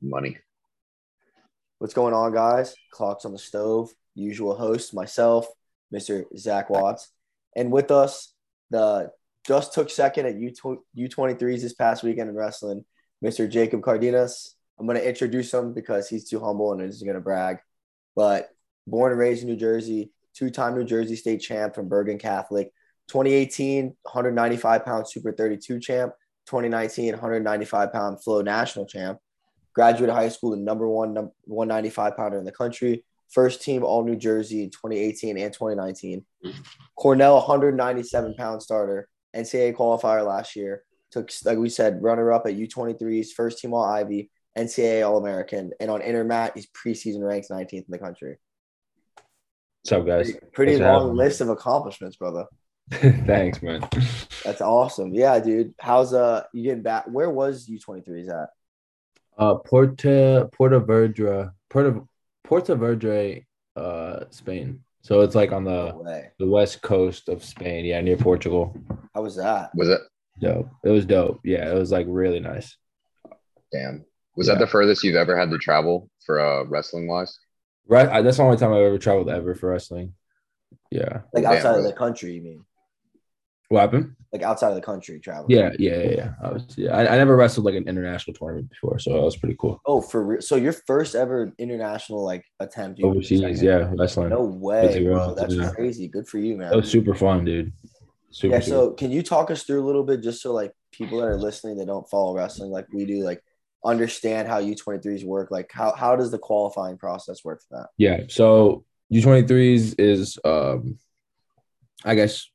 money. What's going on, guys? Clocks on the stove. Usual host, myself, Mr. Zach Watts, and with us, the just took second at U U twenty threes this past weekend in wrestling, Mr. Jacob Cardenas. I'm going to introduce him because he's too humble and isn't going to brag. But born and raised in New Jersey, two-time New Jersey state champ from Bergen Catholic, 2018 195-pound Super 32 champ, 2019 195-pound Flow National champ, graduate of high school and number one num- 195-pounder in the country, first team All New Jersey in 2018 and 2019, Cornell 197-pound starter, NCAA qualifier last year, took like we said runner-up at U23s, first team All Ivy, NCAA All American, and on Intermat, he's preseason ranked 19th in the country. What's up, guys? Pretty Thanks for having long me. list of accomplishments, brother. Thanks, man. That's awesome. Yeah, dude. How's uh you getting back? Where was U 23s at? Uh, Porta Porta Verdra, Porta Porta Verdre, uh, Spain. So it's like on No the way. the west coast of Spain. Yeah, near Portugal. How was that? Was it? Dope. It was dope. Yeah, it was like really nice. Damn. Was that Yeah. the furthest you've ever had to travel for uh, wrestling wise? Right. I, that's the only time I've ever traveled ever for wrestling. Yeah. Like Damn, outside of bro. the country, you mean? What happened? Like outside of the country travel. Yeah, yeah, yeah. yeah. I was. Yeah, I, I never wrestled like an international tournament before, so that was pretty cool. Oh, for real. So your first ever international like attempt you- Overseas, yeah, wrestling. No way, Fifty bro. rounds, That's yeah. crazy. Good for you, man. That was super fun, dude. Super. yeah super so can you talk us through a little bit just so like people that are listening that don't follow wrestling like we do like understand how u23s work like how, how does the qualifying process work for that Yeah. So U23s is um I guess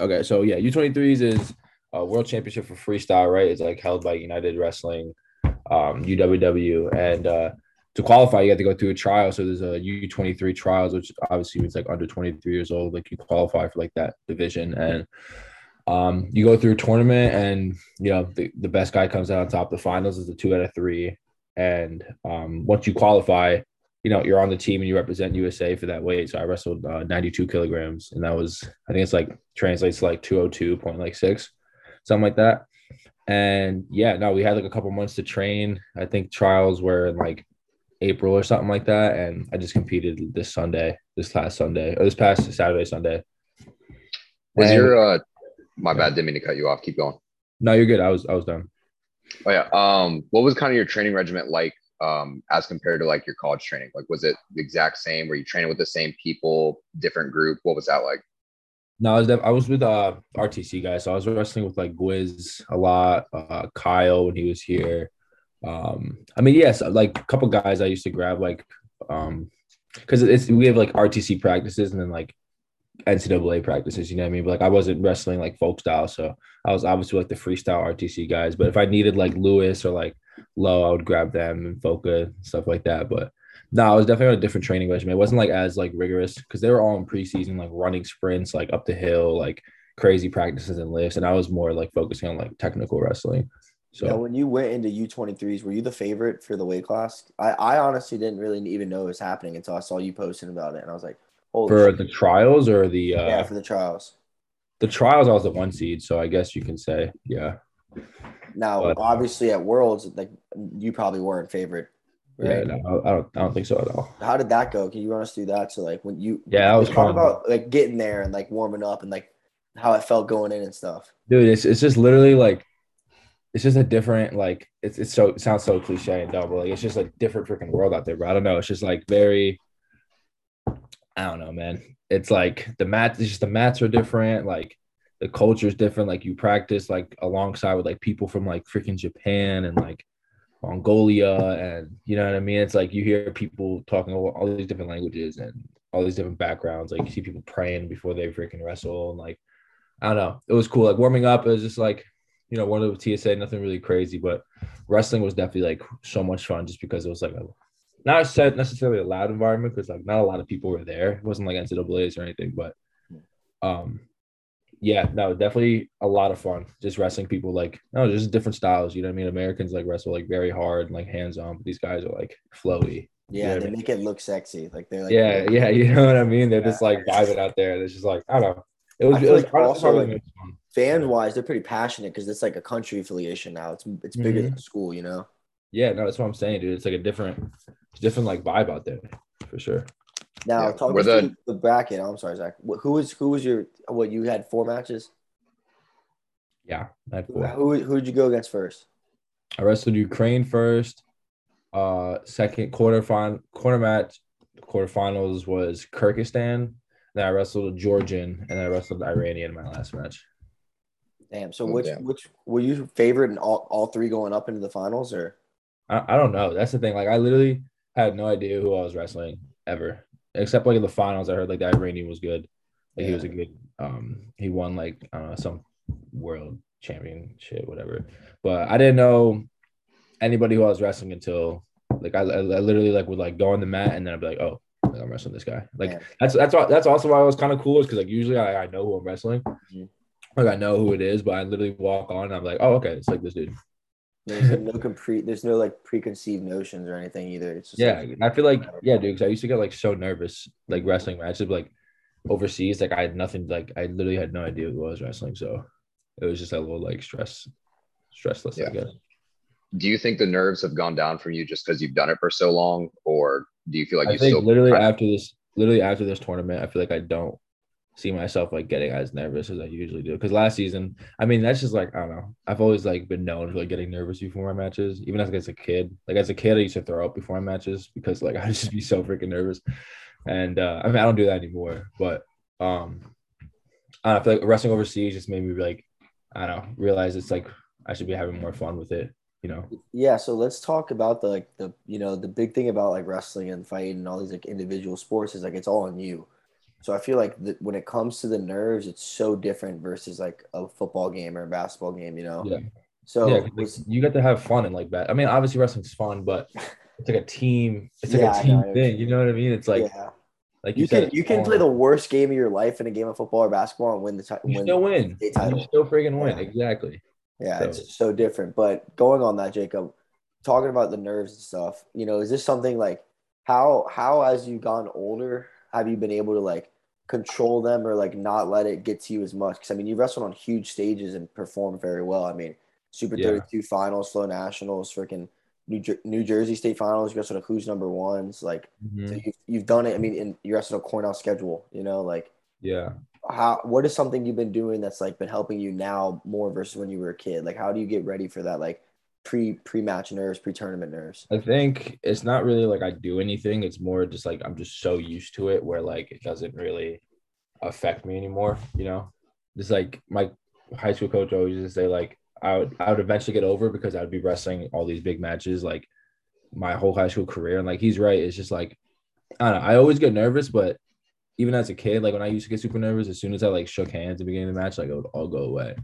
okay, so yeah, U23s is a world championship for freestyle, right? It's like held by United Wrestling, um, UWW. And uh to qualify, you have to go through a trial. So there's a U23 trials, which obviously means like under 23 years old, like you qualify for like that division. And um, you go through a tournament and you know the, the best guy comes out on top. The finals is a two out of three. And um, once you qualify, you know you're on the team and you represent USA for that weight. So I wrestled uh, 92 kilograms, and that was I think it's like translates to like 202.6, something like that. And yeah, no, we had like a couple months to train. I think trials were in like April or something like that, and I just competed this Sunday, this last Sunday, or this past Saturday, Sunday. Was And- your uh, my bad, didn't mean to cut you off. Keep going. no, you're good. I was I was done. Oh yeah. Um, what was kind of your training regiment like um, as compared to like your college training? Like, was it the exact same? Were you training with the same people, different group? What was that like? No, I was def- I was with uh RTC guys, so I was wrestling with like Gwiz a lot, uh Kyle when he was here. Um, I mean, yes, like a couple guys I used to grab like um because it's we have like RTC practices and then like NCAA practices, you know what I mean? But like I wasn't wrestling like folk style, so I was obviously like the freestyle RTC guys. But if I needed like Lewis or like Low, I would grab them and Foca stuff like that. But no, I was definitely on a different training regimen. It wasn't like as like rigorous because they were all in preseason, like running sprints, like up the hill, like crazy practices and lifts. And I was more like focusing on like technical wrestling. So now when you went into u23s were you the favorite for the weight class i, I honestly didn't really even know it was happening until i saw you posting about it and i was like holy for shit. the trials or the uh, yeah for the trials the trials, I was the one seed. So I guess you can say, yeah. now but- obviously at worlds like you probably weren't favored Yeah, right no, I I don't, I don't think so at all. how did that go can you run us through that so like when you Yeah, that was talk fun. about like getting there and like warming up and like how it felt going in and stuff. dude it's, it's just literally like it's just a different like it's, it's so it sounds so cliche and dumb but like it's just a different freaking world out there bro i don't know it's just like very i don't know man it's like the mats it's just the mats are different like the culture's different like you practice like alongside with like people from like freaking japan and like mongolia and you know what i mean it's like you hear people talking all, all these different languages and all these different backgrounds like you see people praying before they freaking wrestle and like I don't know. It was cool. Like warming up, it was just like, you know, one of the TSA, nothing really crazy, but wrestling was definitely like so much fun just because it was like a not said necessarily a loud environment because like not a lot of people were there. It wasn't like NCAA's or anything, but um yeah, no, definitely a lot of fun. Just wrestling people like no, just different styles. You know what I mean? Americans like wrestle like very hard and like hands on, but these guys are like flowy. Yeah, Yeah, they man. make it look sexy. Like they're like yeah, yeah, you know what I mean? They're just like vibing out there. And it's just like, I don't know. It was, I it feel was like probably- also, probably like, the most fun. Mm-hmm. Fan wise, they're pretty passionate because it's like a country affiliation now. It's it's bigger than a school, you know. yeah, no, that's what I'm saying, dude. It's like a different, different like vibe out there for sure. Now Yeah, talk we're us the- through the bracket. I'm sorry, Zach. Wh- Who was who was your what you had four matches? Yeah, that's Who cool. Who who did you go against first? I wrestled Ukraine first. Uh, second quarter final quarter match quarterfinals was Kyrgyzstan. Then I wrestled a Georgian, and then I wrestled an Iranian in my last match. Damn. So Oh, which damn. which were you favored in all, all three going up into the finals or I, I don't know. That's the thing. Like I literally had no idea who I was wrestling ever, except like in the finals. I heard like that Iranian was good. Like he was a good. Um, he won like I don't know some world championship, whatever. But I didn't know anybody who I was wrestling until like I, I, I literally like would like go on the mat and then I'd be like, oh, like, I'm wrestling this guy. Like Man. that's that's al- that's also why I was kind of cool is because like usually I, I know who I'm wrestling. Mhm. Like I know who it is, but I literally walk on and I'm like, oh, okay, it's like this dude. there's like, no compre- there's no like preconceived notions or anything either. It's just Yeah, like, I feel like yeah, dude. Because I used to get like so nervous, like wrestling matches, like overseas. Like I had nothing. Like I literally had no idea who I was wrestling, so it was just a little like stress, stressless. I Yeah. guess. Do you think the nerves have gone down from you just because you've done it for so long, or do you feel like I you think still literally I- after this, literally after this tournament, I feel like I don't see myself like getting as nervous as I usually do. Because last season, I mean, that's just like I don't know. I've always like been known for like getting nervous before my matches, even as, as a kid. Like as a kid, I used to throw up before my matches because like I would just be so freaking nervous. And uh, I mean, I don't do that anymore. But um, I, don't know, I feel like wrestling overseas just made me like I don't know, realize it's like I should be having more fun with it. You know, yeah so let's talk about the like the you know the big thing about like wrestling and fighting and all these like individual sports is like it's all on you so i feel like the, when it comes to the nerves it's so different versus like a football game or a basketball game you know Yeah. so yeah, 'cause, like, was- you get to have fun and like that. I mean, obviously wrestling's fun, but it's like a team. It's like Yeah, I a team know. thing. You know what I mean? It's like yeah. like you said, can it's you can fun. play the worst game of your life in a game of football or basketball and win the ti- you win still win. state You title. still freaking win. Yeah. Exactly. Yeah, So- it's so different. But going on that, Jacob, talking about the nerves and stuff, you know, is this something like how how as you've gotten older have you been able to like control them or like not let it get to you as much? Because I mean, you wrestled on huge stages and performed very well. I mean, Super Yeah. Thirty Two Finals, Flow Nationals, freaking New Jer- New Jersey State Finals. You wrestled a Who's Number Ones. Like Mhm. so you've you've done it. I mean, and you wrestled a Cornell schedule. You know, like Yeah. how what is something you've been doing that's like been helping you now more versus when you were a kid like how do you get ready for that like pre pre match nerves pre tournament nerves I think it's not really like I do anything. It's more just like I'm just so used to it where like it doesn't really affect me anymore. You know, it's like my high school coach always used to say like I would I would eventually get over because I would be wrestling all these big matches like my whole high school career. And like he's right. It's just like I don't know. I always get nervous, but even as a kid, like when I used to get super nervous, as soon as I like shook hands at the beginning of the match, like it would all go away.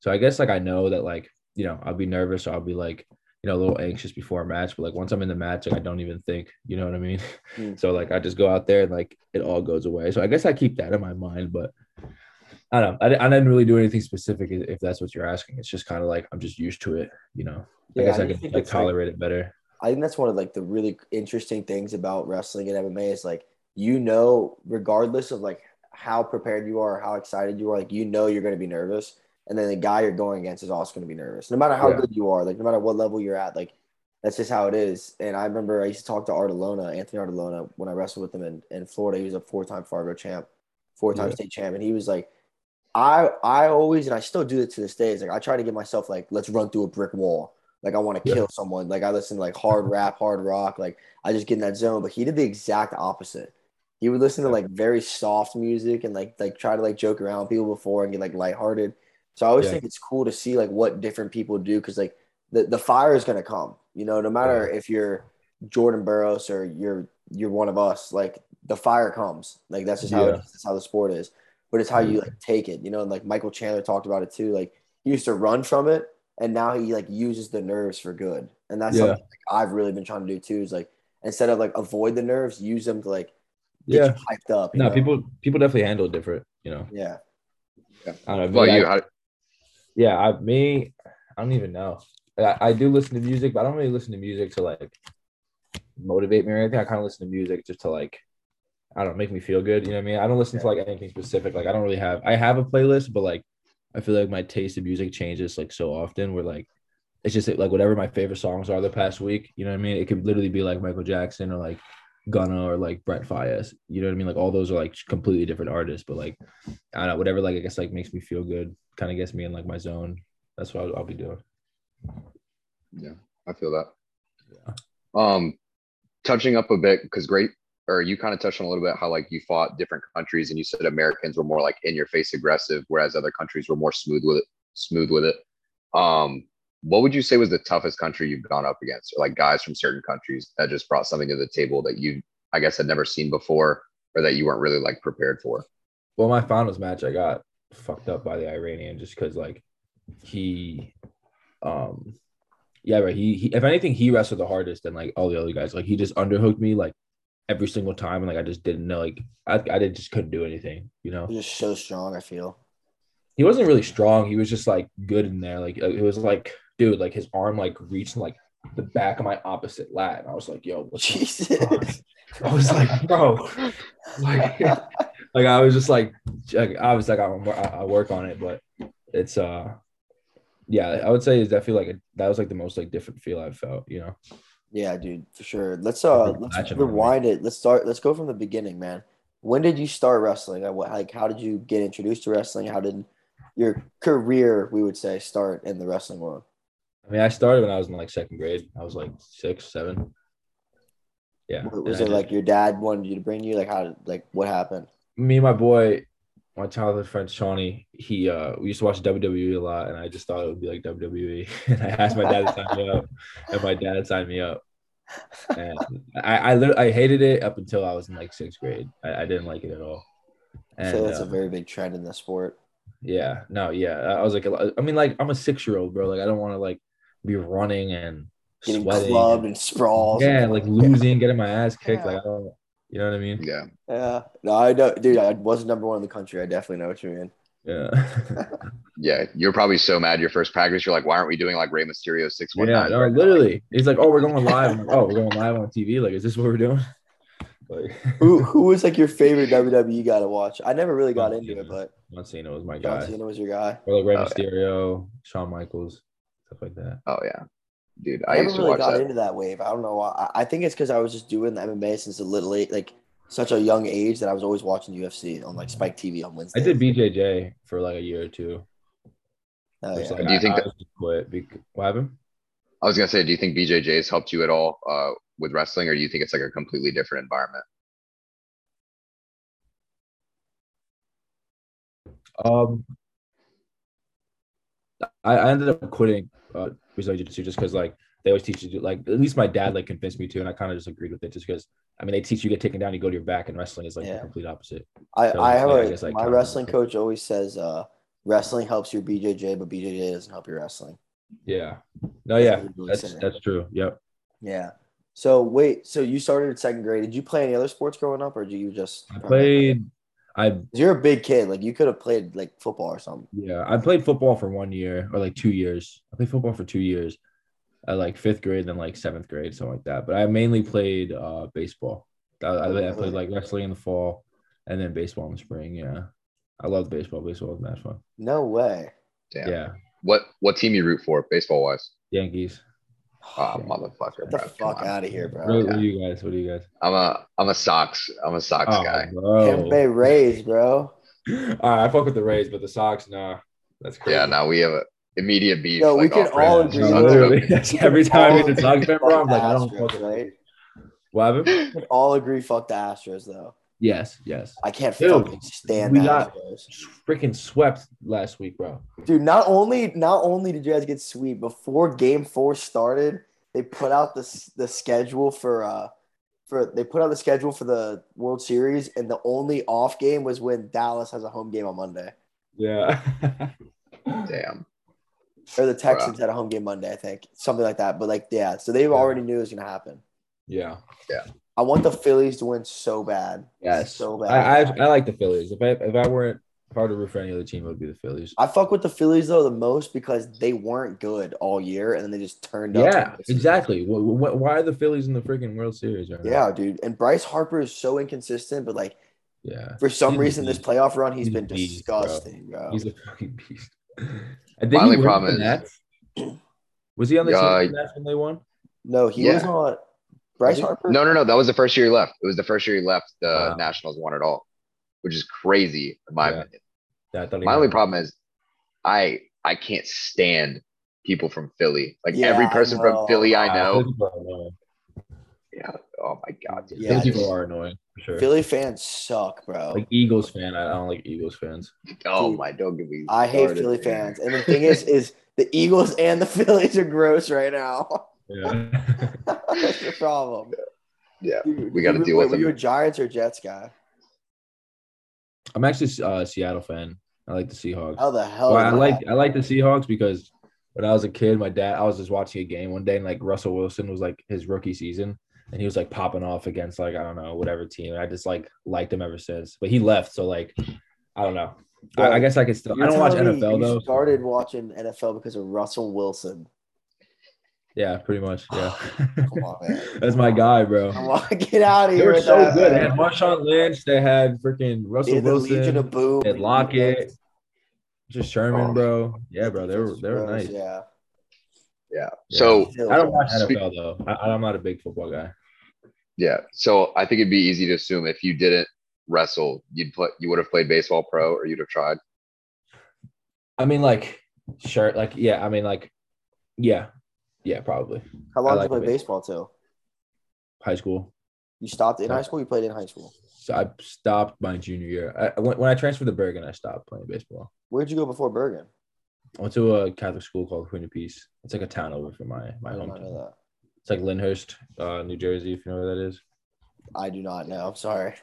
So I guess like I know that like you know I'll be nervous or I'll be like you know, a little anxious before a match, but like once I'm in the match, like I don't even think, you know what I mean? Mm. So like I just go out there and like it all goes away. So I guess I keep that in my mind, but I don't know. I, di- I didn't really do anything specific i- if that's what you're asking. It's just kind of like I'm just used to it, you know. I guess I, just can think like it's, like- tolerate it better. I think that's one of like the really interesting things about wrestling and MMA is like you know, regardless of like how prepared you are, or how excited you are, like you know you're going to be nervous, and then the guy you're going against is also going to be nervous, no matter how Yeah. good you are, like no matter what level you're at, like that's just how it is. And I remember I used to talk to Artelona, Anthony Artelona, when I wrestled with him in, in Florida. He was a four-time Fargo champ, four-time Yeah. state champ, and he was like. I I always and I still do it to this day. Is like I try to get myself like let's run through a brick wall. Like I want to Yeah. kill someone. Like I listen to like hard rap, hard rock. Like I just get in that zone. But he did the exact opposite. He would listen to like very soft music and like like try to like joke around with people before and get like lighthearted. So I always Yeah. think it's cool to see like what different people do because like the the fire is gonna come. You know, no matter if you're Jordan Burroughs or you're you're one of us, like the fire comes. Like that's just how it Yeah. is. That's how the sport is. But it's how you like take it. You know, and like Michael Chandler talked about it too. Like he used to run from it and now he like uses the nerves for good. And that's Yeah. something like, I've really been trying to do too. Is like instead of like avoid the nerves, use them to like get Yeah. you hyped up. you No, know? people people definitely handle it different, you know. Yeah, I don't know. Well, maybe I- you how, yeah, I me, I don't even know. I, I do listen to music, but I don't really listen to music to like motivate me or anything. I kind of listen to music just to like, I don't know, make me feel good. You know what I mean? I don't listen to like anything specific. Like I don't really have. I have a playlist, but like I feel like my taste of music changes like so often. Where like It's just like whatever my favorite songs are the past week. You know what I mean? It could literally be like Michael Jackson or like Gunna or like Brett Fias. You know what I mean? Like all those are like completely different artists, but like I don't know, whatever like I guess like makes me feel good, kind of gets me in like my zone. That's what I'll, I'll be doing. Yeah, I feel that. Yeah. Um, touching up a bit because great or you kind of touched on a little bit how like you fought different countries and you said Americans were more like in your face aggressive, whereas other countries were more smooth with it. Smooth with it. Um, what would you say was the toughest country you've gone up against, or like guys from certain countries that just brought something to the table that you, I guess, had never seen before, or that you weren't really like prepared for? Well, my finals match, I got fucked up by the Iranian just because like he, um, yeah, right. He, he, if anything, he wrestled the hardest than like all the other guys. Like he just underhooked me like every single time and like I just didn't know like I, I did just couldn't do anything you know He's just so strong I feel he wasn't really strong he was just like good in there like it was like dude like his arm like reached like the back of my opposite lat and I was like yo what Jesus I was like bro like like I was just like like obviously I got I, I work on it but it's uh yeah I would say it's definitely like a, that was like the most like different feel I've felt you know yeah, dude, for sure. Let's uh let's rewind it. Let's start let's go from the beginning, man. When did you start wrestling? Like how did you get introduced to wrestling? How did your career, we would say, start in the wrestling world? I mean, I started when I was in like second grade. I was like six, seven. Yeah. Was it like your dad wanted you to bring you? Like how did like what happened? Me and my boy, my childhood friend Shawnee, he uh we used to watch WWE a lot and I just thought it would be like WWE. and I asked my dad to sign me up, and my dad signed me up. And I I, I hated it up until I was in like sixth grade. I, I didn't like it at all. And, so that's uh, a very big trend in the sport. Yeah, no, yeah. I was like, I mean, like I'm a six year old, bro. Like I don't want to like be running and getting sweating. clubbed and sprawls. Yeah, like losing, getting my ass kicked. Yeah. Like I don't. You know what I mean? Yeah. Yeah. No, I know, dude. I was number one in the country. I definitely know what you mean. Yeah. yeah. You're probably so mad your first practice. You're like, why aren't we doing like Ray Mysterio six one? Yeah. No, literally. He's like, oh, we're going live. Like, oh, we're going live on TV. Like, is this what we're doing? Like, who who was like your favorite WWE guy to watch? I never really got John into Cena. it, but John Cena was my guy. John Cena was your guy. Or like Ray oh, Mysterio, yeah. Shawn Michaels, stuff like that. Oh yeah dude. I, I never really got that. into that wave. I don't know why. I, I think it's because I was just doing the MMA since a little late, like such a young age that I was always watching UFC on like Spike TV on Wednesday. I did BJJ for like a year or two. Oh, yeah. like, do you I, think that quit? Because, what happened? I was gonna say, do you think BJJ has helped you at all uh, with wrestling, or do you think it's like a completely different environment? Um, I, I ended up quitting uh, Brazilian Jiu Jitsu just because like they always teach you to, like at least my dad like convinced me to, and I kind of just agreed with it just because I mean they teach you get taken down, you go to your back, and wrestling is like yeah. the complete opposite. I, so, I have like, a, I guess, like, my wrestling coach always says uh, wrestling helps your BJJ, but BJJ doesn't help your wrestling. Yeah, Oh, no, yeah, that's that's, that's true. Yep. Yeah. So wait, so you started at second grade. Did you play any other sports growing up, or did you just? I played. I you're a big kid. Like you could have played like football or something. Yeah, I played football for one year or like two years. I played football for two years, at like fifth grade, then like seventh grade, something like that. But I mainly played uh, baseball. I, Oh, I, I, played like wrestling in the fall, and then baseball in the spring. Yeah, I love baseball. Baseball was match fun. No way. Damn. Yeah. What what team you root for baseball wise? Yankees. Oh, motherfucker! Get the bro. fuck out of here, Oh, bro. What, what are you guys? What are you guys? I'm a I'm a Sox. I'm a Sox oh, guy. Tampa Bay Rays, bro. all right, I fuck with the Rays, but the Sox, nah. That's crazy. Yeah, now we have a immediate beef. Yo, like, we can all agree. Every time it's a Sox member, I'm like, Astros, I don't fuck right? What happened? We can all agree. Fuck the Astros, though. Yes, yes. I can't Dude, fucking stand we got Astros. freaking swept last week, bro. Dude, not only not only did you guys get swept before Game Four started, they put out the the schedule for uh for they put out the schedule for the World Series, and the only off game was when Dallas has a home game on Monday. Yeah. Damn. Or the Texans wow. had a home game Monday, I think, something like that. But like, yeah, so they already knew it was gonna happen. Yeah. Yeah. I want the Phillies to win so bad. Yes, so bad. I, I, I, like the Phillies. If I if I weren't if I were to root for any other team, it would be the Phillies. I fuck with the Phillies though the most because they weren't good all year and then they just turned yeah, up. Yeah, exactly. What, why are the Phillies in the freaking World Series right Yeah, now? dude. And Bryce Harper is so inconsistent, but like, yeah, for some he's reason this playoff run he's, he's been beast, disgusting, bro. bro. He's a fucking beast. I think My only problem is. Was he on the Uh, team international they won? No, he was Yeah. on Bryce Was he? Harper. No, no, no. That was the first year he left. It was the first year he left. The Wow. Nationals won it all, which is crazy in my Yeah. opinion. Yeah, I thought he My was. only problem is, I I can't stand people from Philly. Like Yeah, every I person know. from Philly I Wow, know. Philly people are annoying. Oh my god, dude. Yeah, Philly I people just- are annoying for sure. Philly fans suck, bro. like Eagles fan, I I don't like Eagles fans. Oh Dude, my, don't get me. I hate started, Philly man. fans. And the thing is, is the Eagles and the Phillies are gross right now. Yeah. That's the problem. Yeah, Dude, we gotta you- deal with wait, Were them. you a Giants or Jets guy? I'm actually uh, a Seattle fan. I like the Seahawks. How the hell? Well, is I that? like I like the Seahawks because when I was a kid, my dad I was just watching a game one day and like Russell Wilson was like his rookie season and he was like popping off against like I don't know whatever team. And I just like liked him ever since. But he left, so like I don't know. Well, I, I guess I could still. I You're don't watch telling me NFL you though. Started watching NFL because of Russell Wilson. Yeah, pretty much. Yeah, Come on, Oh, man. that's my guy, bro. Come on, get out of They here. were with so that, good. They man. had Marshawn Lynch. They had freaking They Russell had the Legion Wilson. of Boom. They had Lockett. Just Sherman, Oh. bro. Yeah, bro. They were they were Gross, nice. Yeah. Yeah. Yeah. So Oh, I don't watch Speak- NFL though. I, I'm not a big football guy. yeah, so I think it'd be easy to assume if you didn't wrestle, you'd play, you would have played baseball pro, or you'd have tried. I mean, like, sure, like, yeah. I mean, like, yeah, yeah, probably How long I did you like play baseball till? high school. You stopped in Yeah. high school. You played in high school. So I stopped my junior year. I, when, when I transferred to Bergen, I stopped playing baseball. Where'd you go before Bergen? I went to a Catholic school called Queen of Peace. It's like a town over from my my I do not know hometown. that. It's like Lyndhurst, uh, New Jersey. If you know where that is. I do not know. I'm sorry.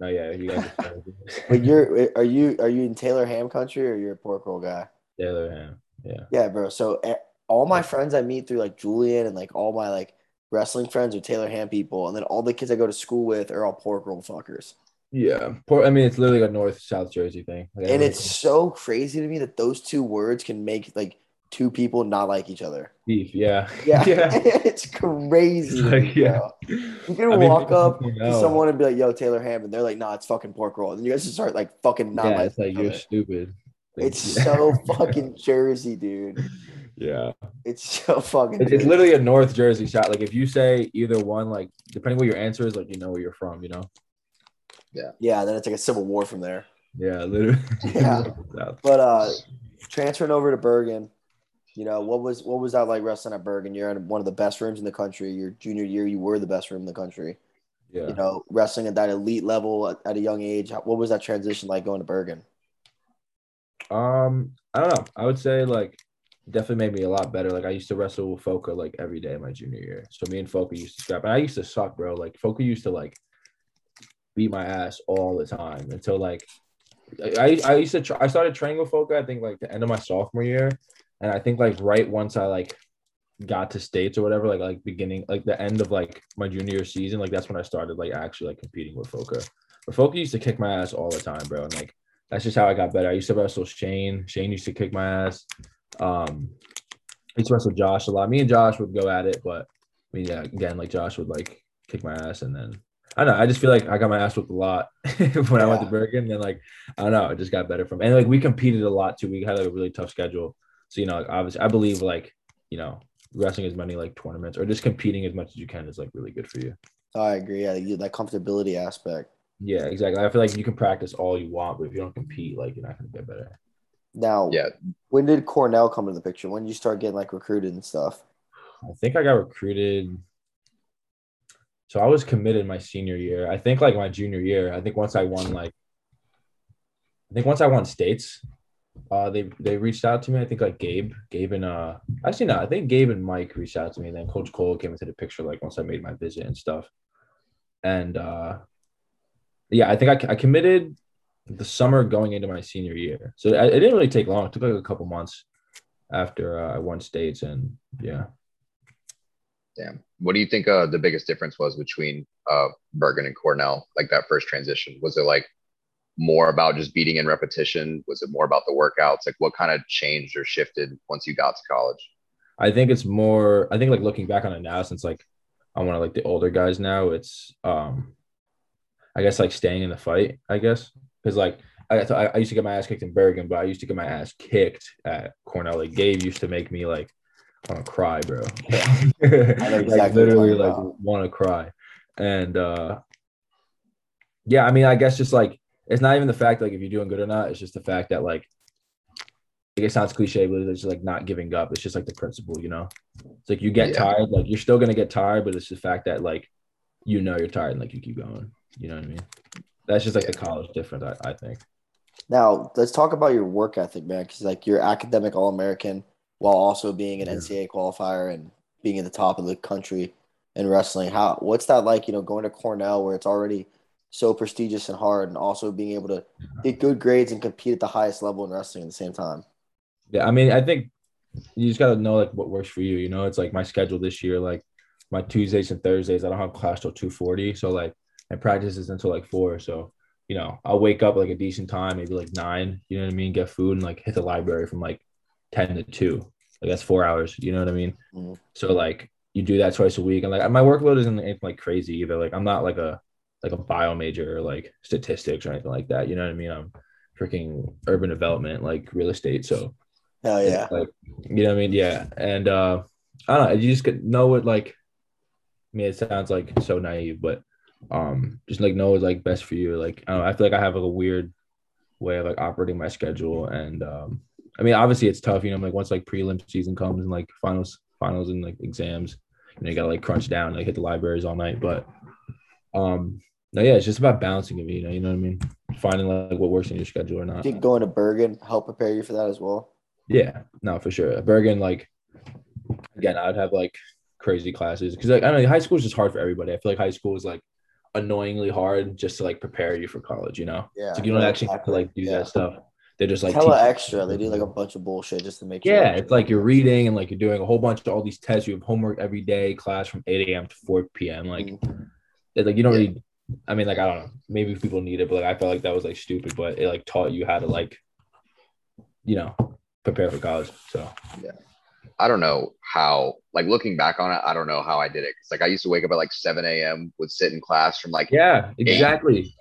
No, yeah, you guys. Are from But you're eh, are you are you in Taylor Ham country or you're a pork roll guy? Taylor Ham. Yeah, Yeah, bro. So eh, all my friends I meet through like Julian and like all my like wrestling friends are Taylor Ham people, and then all the kids I go to school with are all pork roll fuckers. yeah. Poor, I mean, it's literally like a North South Jersey thing. And Like, everyone- it's so crazy to me that those two words can make like two people not like each other. beef. Yeah, Yeah, it's crazy. It's like, yeah. yeah. You can I mean, walk people up don't to know. someone and be like, "Yo, Taylor Ham," and they're like, "Nah, it's fucking pork roll," and you guys just start like fucking not yeah. like It's like each you're other. stupid. It's Yeah. so fucking Jersey, dude. yeah. It's so fucking. It's, it's Jersey. literally a North Jersey shot. Like if you say either one, like depending what your answer is, like you know where you're from, you know. yeah. Then it's like a civil war from there. Yeah, literally. Yeah. South. But uh, transferring over to Bergen, you know what was what was that like wrestling at Bergen? You're in one of the best rooms in the country. Your junior year, you were the best room in the country. yeah. You know, wrestling at that elite level at, at a young age. How- What was that transition like going to Bergen? Um, I don't know. I would say like definitely made me a lot better. Like I used to wrestle with Foka like every day my junior year. So me and Foka used to scrap, and I used to suck, bro. Like Foka used to like beat my ass all the time until like I I I used to try, I started training with Foka. I think like the end of my sophomore year, and I think like right once I like got to states or whatever, like like beginning like the end of like my junior year season, like that's when I started like actually like competing with Foka. But Foka used to kick my ass all the time, bro, and like that's just how I got better. I used to wrestle Shane. Shane used to kick my ass. Um, I used to wrestle Josh a lot. Me and Josh would go at it, but I mean, yeah, again, like Josh would like kick my ass, and then I don't know. I just feel like I got my ass whipped a lot when I went to Yeah. Bergen. Then like I don't know, it just got better from. And like we competed a lot too. We had like, a really tough schedule, so you know, like, obviously, I believe like you know, wrestling as many like tournaments or just competing as much as you can is like really good for you. I agree. Yeah, you- that comfortability aspect. Yeah, exactly. I feel like you can practice all you want, but if you don't compete, like you're not gonna get better. Now, Yeah. When did Cornell come into the picture? When did you start getting like recruited and stuff? I think I got recruited. So I was committed my senior year. I think like my junior year. I think once I won like, I think once I won states, uh, they they reached out to me. I think like Gabe, Gabe and uh, actually no, I think Gabe and Mike reached out to me. And then Coach Cole came into the picture like once I made my visit and stuff. And uh, yeah, I think I, I committed the summer going into my senior year. So I, it didn't really take long. It took like a couple months after uh, I won states and yeah. What do you think uh, the biggest difference was between uh, Bergen and Cornell? Like that first transition, was it like more about just beating in repetition? Was it more about the workouts? Like what kind of changed or shifted once you got to college? I think it's more I think like looking back on it now since like I'm one of like the older guys now, it's um I guess like staying in the fight, I guess. Because like I, so I I used to get my ass kicked in Bergen, but I used to get my ass kicked at Cornell. Like Gabe used to make me like I want to cry, bro. like exactly literally, what you're like talking want to cry, and uh, yeah, I mean, I guess just like it's not even the fact like if you're doing good or not. It's just the fact that like, like, it sounds cliche, but it's just like not giving up. It's just like the principle, you know. It's like you get Yeah. tired, like you're still gonna get tired, but it's the fact that like you know you're tired and like you keep going. You know what I mean? That's just like the college difference, I, I think. Now let's talk about your work ethic, man. Because like you're academic all American while also being an Yeah. NCAA qualifier and being at the top of the country in wrestling. How what's that like? You know, going to Cornell where it's already so prestigious and hard, and also being able to get good grades and compete at the highest level in wrestling at the same time. Yeah, I mean, I think you just gotta know like what works for you. You know, it's like my schedule this year, like my Tuesdays and Thursdays, I don't have class till two forty. So like and practice is until like four. So, you know, I'll wake up like a decent time, maybe like nine, you know what I mean? Get food and like hit the library from like ten to two. Like that's four hours, you know what I mean? Mhm. So like you do that twice a week. And like my workload isn't anything like crazy either. Like I'm not like a like a bio major or like statistics or anything like that. You know what I mean? I'm freaking urban development, like real estate. So Hell Oh, yeah! it's Like, you know what I mean? Yeah. And uh I don't know, you just could know what like I mean it sounds like so naive, but um just like know what's like best for you. Like I don't know, I feel like I have like a weird way of like operating my schedule and um I mean obviously it's tough, you know, like once like prelim season comes and like finals finals and like exams, you know, you gotta like crunch down, like hit the libraries all night. But um no yeah, it's just about balancing it, you know, you know what I mean? Finding like what works in your schedule or not. Did going to Bergen help prepare you for that as well? Yeah, no, for sure. Bergen, like, again, I'd have like crazy classes because like I don't know, high school is just hard for everybody. I feel like high school is like annoyingly hard just to like prepare you for college. You know, Yeah, it's like you don't actually have exactly. to like do Yeah. that stuff. They're just like hella teaching- extra. They do like a bunch of bullshit just to make you- yeah, it's like you're reading and like you're doing a whole bunch of all these tests. You have homework every day, class from 8 a.m. to 4 p.m. Like, Mm-hmm. it's like you don't Yeah. really. I mean, like I don't know. Maybe people need it, but like I felt like that was like stupid. But it like taught you how to like, you know, prepare for college. So I don't know how, like looking back on it, I don't know how I did it. Cause like I used to wake up at like 7 a.m., would sit in class from like, yeah. yeah, exactly.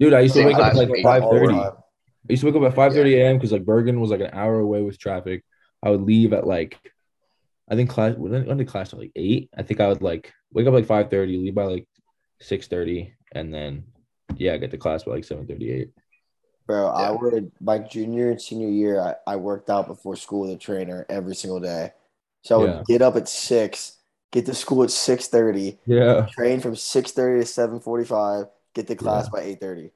Dude, I used to Same wake up at class like as me. five all the thirty. I time. used to wake up at five thirty a.m. because like Bergen was like an hour away with traffic. I would leave at like, I think class when when did class start? like eight. I think I would like wake up like five thirty, leave by like six thirty, and then yeah, get to class by like seven thirty eight. Bro, I Yeah. would my junior and senior year, I, I worked out before school with a trainer every single day. So I would Yeah. get up at six, get to school at six thirty, Yeah, train from six thirty to seven forty five, get to class by eight thirty.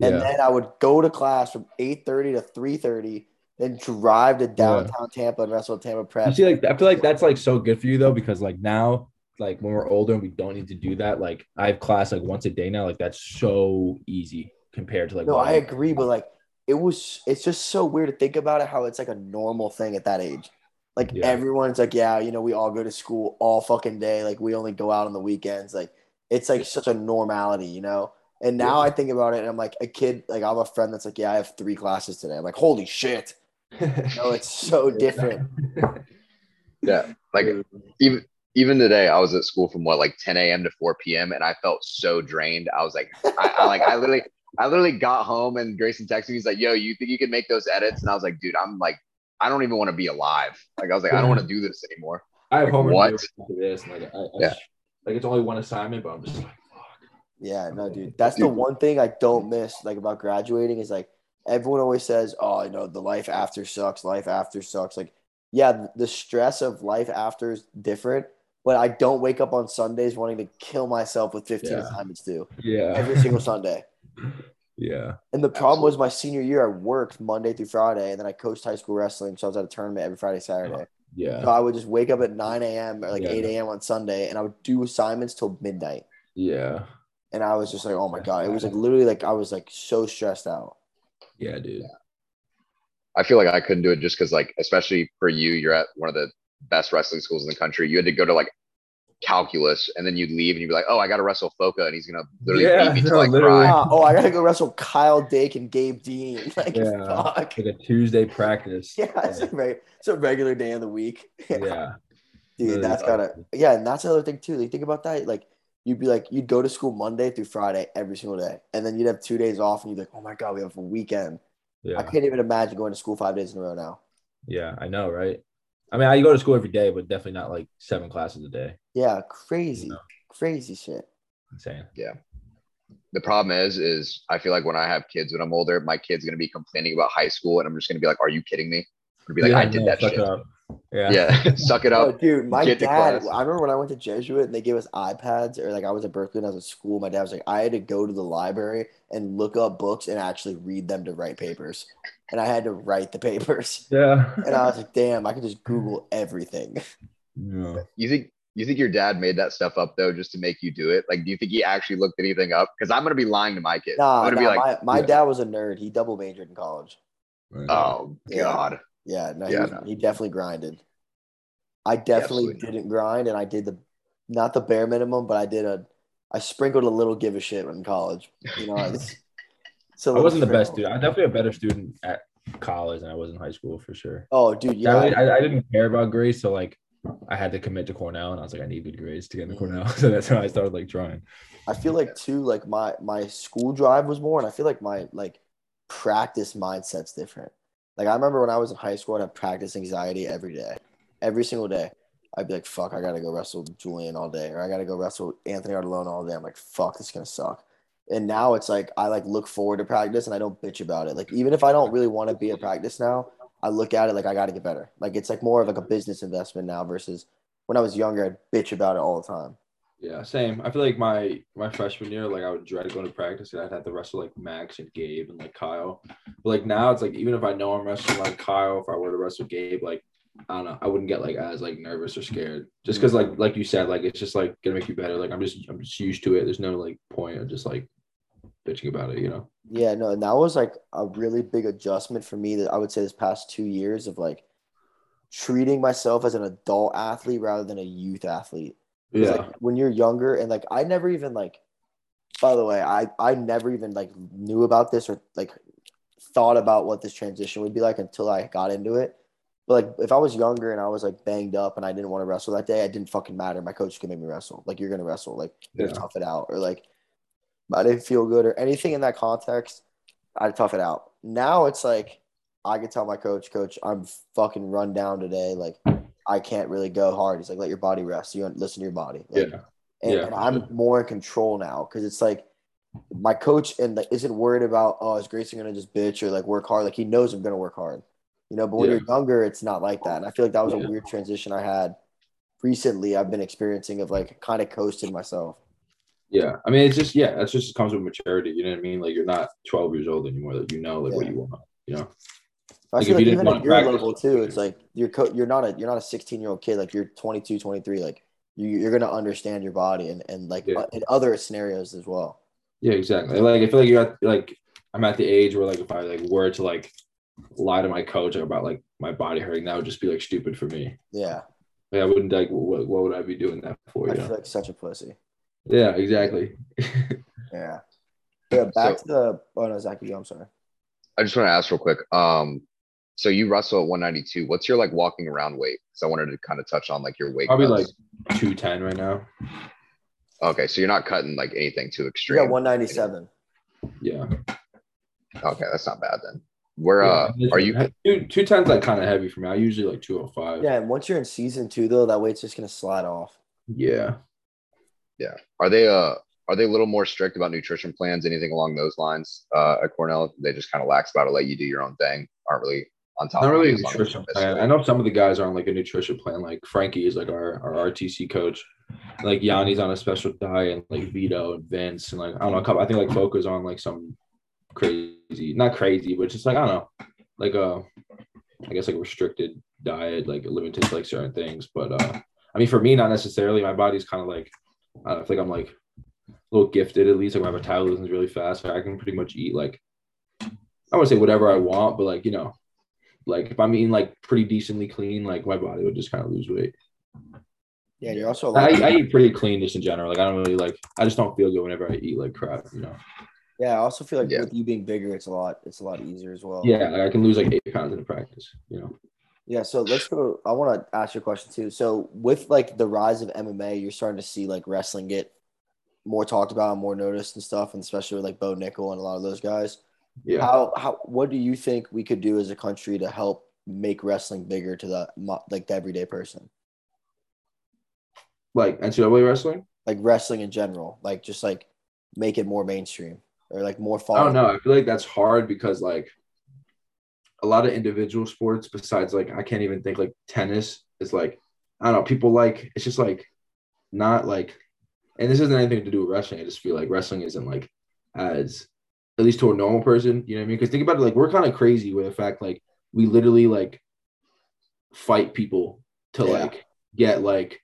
And yeah, then I would go to class from eight thirty to three thirty, then drive to downtown Tampa and wrestle at Tampa You Prep. see, like I feel like that's like so good for you though because like now. Like when we're older and we don't need to do that, like I have class like once a day now. Like that's so easy compared to like. No, what I agree, but like it was it's just so weird to think about it how it's like a normal thing at that age. Like Yeah. everyone's like, yeah, you know, we all go to school all fucking day. Like we only go out on the weekends. Like it's like such a normality, you know? And now I think about it and I'm like a kid, like I have a friend that's like, yeah, I have three classes today. I'm like, holy shit. No, it's so different. Yeah. Like even, even today, I was at school from what, like 10 a.m. to 4 p.m. And I felt so drained. I was like, I, I like, I literally, I literally got home and Grayson texted me. He's like, yo, you think you can make those edits? And I was like, dude, I'm like, I don't even want to be alive. Like, I was like, I don't want to do this anymore. I have Like, homework what? due after this. and, Like, I, I, Yeah. like it's only one assignment, but I'm just like, fuck. Yeah, no, dude. That's the one thing I don't miss like about graduating is like everyone always says, "Oh, you know, the life after sucks. Life after sucks." Like, yeah, th- the stress of life after is different, but I don't wake up on Sundays wanting to kill myself with 15 Yeah. assignments due Yeah. every single Sunday. yeah. And the problem was my senior year, I worked Monday through Friday, and then I coached high school wrestling, so I was at a tournament every Friday, Saturday. So Yeah. I would just wake up at 9 a.m. or like Yeah. 8 a.m. on Sunday, and I would do assignments till midnight Yeah. and I was just like, oh my god, it was like literally like I was like so stressed out. Yeah, dude. I feel like I couldn't do it just because, like, especially for you, you're at one of the best wrestling schools in the country. You had to go to like calculus, and then you'd leave, and you'd be like, "Oh, I got to wrestle Foca, and he's gonna literally Yeah, beat me no, till I literally. cry." Ah, oh, I gotta go wrestle Kyle Dake and Gabe Dean. Like Yeah. fuck. Like a Tuesday practice. Yeah, it's a, reg- it's a regular day of the week. Yeah. Dude, Really that's tough. gotta yeah, and that's another thing too. Like think about that. Like you'd be like you'd go to school Monday through Friday every single day. And then you'd have two days off and you'd be like, Oh my god, we have a weekend. I Yeah. can't even imagine going to school five days in a row now. Yeah. I know, right? I mean, I go to school every day, but definitely not like seven classes a day. Yeah, crazy, No. crazy shit. Insane. the problem is is i feel like when i have kids when i'm older my kids going to be complaining about high school and i'm just going to be like are you kidding me i'm going to be like i Yeah, did no, that suck shit it up. Yeah. yeah suck it Oh, up dude, my Get to dad. class. I remember when I went to Jesuit and they gave us iPads, or like I was at Berkeley and I was at school. My dad was like, I had to go to the library and look up books and actually read them to write papers, and I had to write the papers. Yeah. And I was like, damn, I could just Google everything. Yeah. you think you think your dad made that stuff up though just to make you do it like do you think he actually looked anything up because i'm going to be lying to my kids i'm Nah, going to nah, be like my, my yeah. dad was a nerd. He double majored in college. oh Yeah. god Yeah, no, he, Yeah, was- no. he definitely grinded. I definitely absolutely not. didn't grind, and I did the not the bare minimum, but I did a I sprinkled a little give a shit in college. You know, it's, it's a I little wasn't the best sprinkle. student. I definitely a better student at college than I was in high school for sure. Oh, dude, Yeah. yeah, I, I didn't care about grades, so like I had to commit to Cornell, and I was like, I need good grades to get into Cornell. So that's when I started like trying. I feel like too, like my my school drive was more, and I feel like my like practice mindset's different. Like I remember when I was in high school, I'd have practice anxiety every day, every single day. I'd be like, "Fuck, I gotta go wrestle Julian all day, or I gotta go wrestle Anthony Artelone all day." I'm like, "Fuck, this is gonna suck." And now it's like I like look forward to practice, and I don't bitch about it. Like even if I don't really want to be at practice now, I look at it like I gotta get better. Like it's like more of like a business investment now versus when I was younger, I'd bitch about it all the time. Yeah, same. I feel like my my freshman year, like I would dread going to practice, and I'd have to wrestle like Max and Gabe and like Kyle. But like now, it's like even if I know I'm wrestling like Kyle, if I were to wrestle Gabe, like I don't know, I wouldn't get like as like nervous or scared, just because like like you said, like it's just like gonna make you better. Like I'm just I'm just used to it. There's no like point of just like bitching about it, you know. Yeah, no, and that was like a really big adjustment for me that I would say this past two years of like treating myself as an adult athlete rather than a youth athlete. 'Cause, Yeah, Like when you're younger and like I never even like by the way, I I never even like knew about this or like thought about what this transition would be like until I got into it. But like if I was younger and I was like banged up and I didn't want to wrestle that day, it didn't fucking matter. My coach could make me wrestle. Like you're gonna wrestle. Like you're Yeah. gonna tough it out. Or like I didn't feel good or anything in that context, I'd tough it out. Now it's like I could tell my coach, coach, I'm fucking run down today. Like I can't really go hard. He's like, let your body rest. You listen to your body. Like, yeah, and, Yeah. and I'm more in control now because it's like my coach and like isn't worried about oh is Grayson gonna just bitch or like work hard like he knows I'm gonna work hard you know but when Yeah. you're younger it's not like that and I feel like that was Yeah. a weird transition I had recently I've been experiencing of like kind of coasting myself yeah. I mean, it's just yeah, that's just comes with maturity. You know what I mean? Like you're not 12 years old anymore. Like you know like what Yeah. you want. You know. I Like, feel if like you didn't even wanna at your practice- level too it's like you're co- you're not a you're not a 16 year old kid like you're 22 23 like you, you're gonna understand your body and and like uh, Yeah. in other scenarios as well Yeah, exactly. Like I feel like you're at like I'm at the age where like if I like were to like lie to my coach about like my body hurting, that would just be like stupid for me. yeah Like I wouldn't like what what would I be doing that for? I You feel know? like such a pussy Yeah, exactly. yeah yeah back So- to the oh no Zach you go, I'm sorry. i just want to ask real quick um so you wrestle at 192 what's your like walking around weight because i wanted to kind of touch on like your weight Probably like cuts. two ten right now. okay so you're not cutting like anything too You got extreme 197. Yeah. okay that's not bad then where Yeah. uh are you two two ten's like kind of heavy for me? I usually like two oh five. Yeah, and once you're in season two, though, that weight's just gonna slide off. Yeah. Are they uh are they a little more strict about nutrition plans, anything along those lines uh, at Cornell? They just kind of lax about it, let you do your own thing, aren't really on top. Not of really it a as long as nutrition you're plan. I know some of the guys are on like a nutrition plan. Like Frankie is like our, our RTC coach. Like Yanni's on a special diet, and like Vito and Vince, and like I don't know, a couple. I think like Focus on like some crazy, not crazy, but just like I don't know, like a, I guess like restricted diet, like limited to, like certain things. But uh, I mean, for me, not necessarily. My body's kind of like, I don't know, I feel like I'm like a little gifted at least. Like my metabolism's really fast. I can pretty much eat like, I would say whatever I want, but like you know, like if I'm eating like pretty decently clean, like my body would just kind of lose weight. Yeah, and you're also a I, lot. I eat pretty clean just in general. Like I don't really like I just don't feel good whenever I eat like crap, you know. yeah, I also feel like Yeah. with you being bigger, it's a lot. It's a lot easier as well. Yeah, like I can lose like eight pounds in a practice, you know. Yeah. So let's go. I want to ask you a question too. So with like the rise of MMA, you're starting to see like wrestling get more talked about, and more noticed and stuff, and especially with like Bo Nickel and a lot of those guys. Yeah. How how what do you think we could do as a country to help make wrestling bigger to the mo- like the everyday person, Like NCAA wrestling? like wrestling in general, like just like make it more mainstream or like more I don't following. know. I feel like that's hard because like a lot of individual sports besides like I can't even think like tennis is like I don't know, people like it's just like not like and this isn't anything to do with wrestling. I just feel like wrestling isn't like as at least to a normal person, you know what I mean? Because think about it, like we're kind of crazy with the fact like we literally like fight people to Yeah. like get like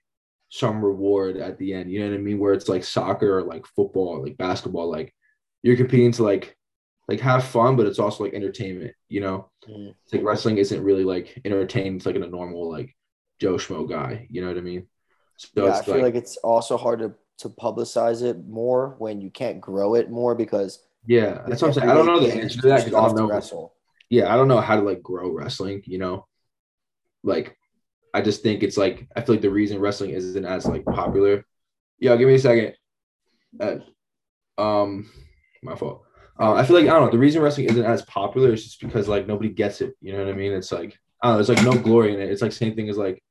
some reward at the end. You know what I mean? Where it's like soccer or like football or like basketball, like you're competing to like like have fun, but it's also like entertainment, you know? Mhm. It's like wrestling isn't really like entertained it's like in a normal like Joe Schmo guy, you know what I mean? yeah, So I it's feel like, like it's also hard to to publicize it more when you can't grow it more because yeah, that's what I'm saying. I don't know the everyday answer to that kids because I off don't the know wrestle. yeah, I don't know how to like grow wrestling, you know. Like I just think it's like I feel like the reason wrestling isn't as like popular. Yo, give me a second. Uh, um my fault. Uh, I feel like I don't know, the reason wrestling isn't as popular is just because like nobody gets it, you know what I mean? It's like I don't know, there's like no glory in it. It's like same thing as like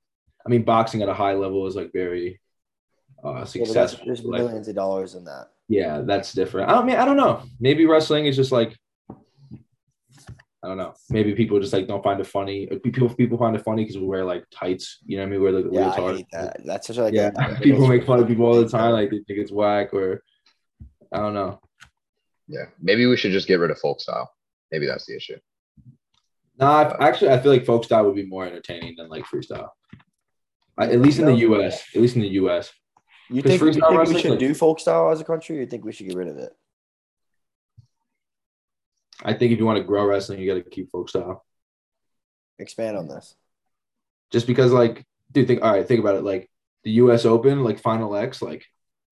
I mean boxing at a high level is like very uh Yeah, but that's- successful. there's like, millions of dollars in that. yeah, that's different. I don't mean I don't know. Maybe wrestling is just like I don't know. Maybe people just like don't find it funny. Like, People people find it funny because we wear like tights. You know what I mean? Wear like the Yeah, I leotard. hate that. That's such a, like yeah, a- people make fun of people all the time. Like they think it's whack or I don't know. Yeah. Maybe we should just get rid of folk style. Maybe that's the issue. Nah, I, actually, I feel like folk style would be more entertaining than like freestyle. I, at least in the U.S. At least in the U.S. You Because think, you freestyle think we wrestling, should like- do folk style as a country, or you think we should get rid of it? I think if you want to grow wrestling, you got to keep folk style. Expand on this. just because like dude think all right think about it like the us open like final x like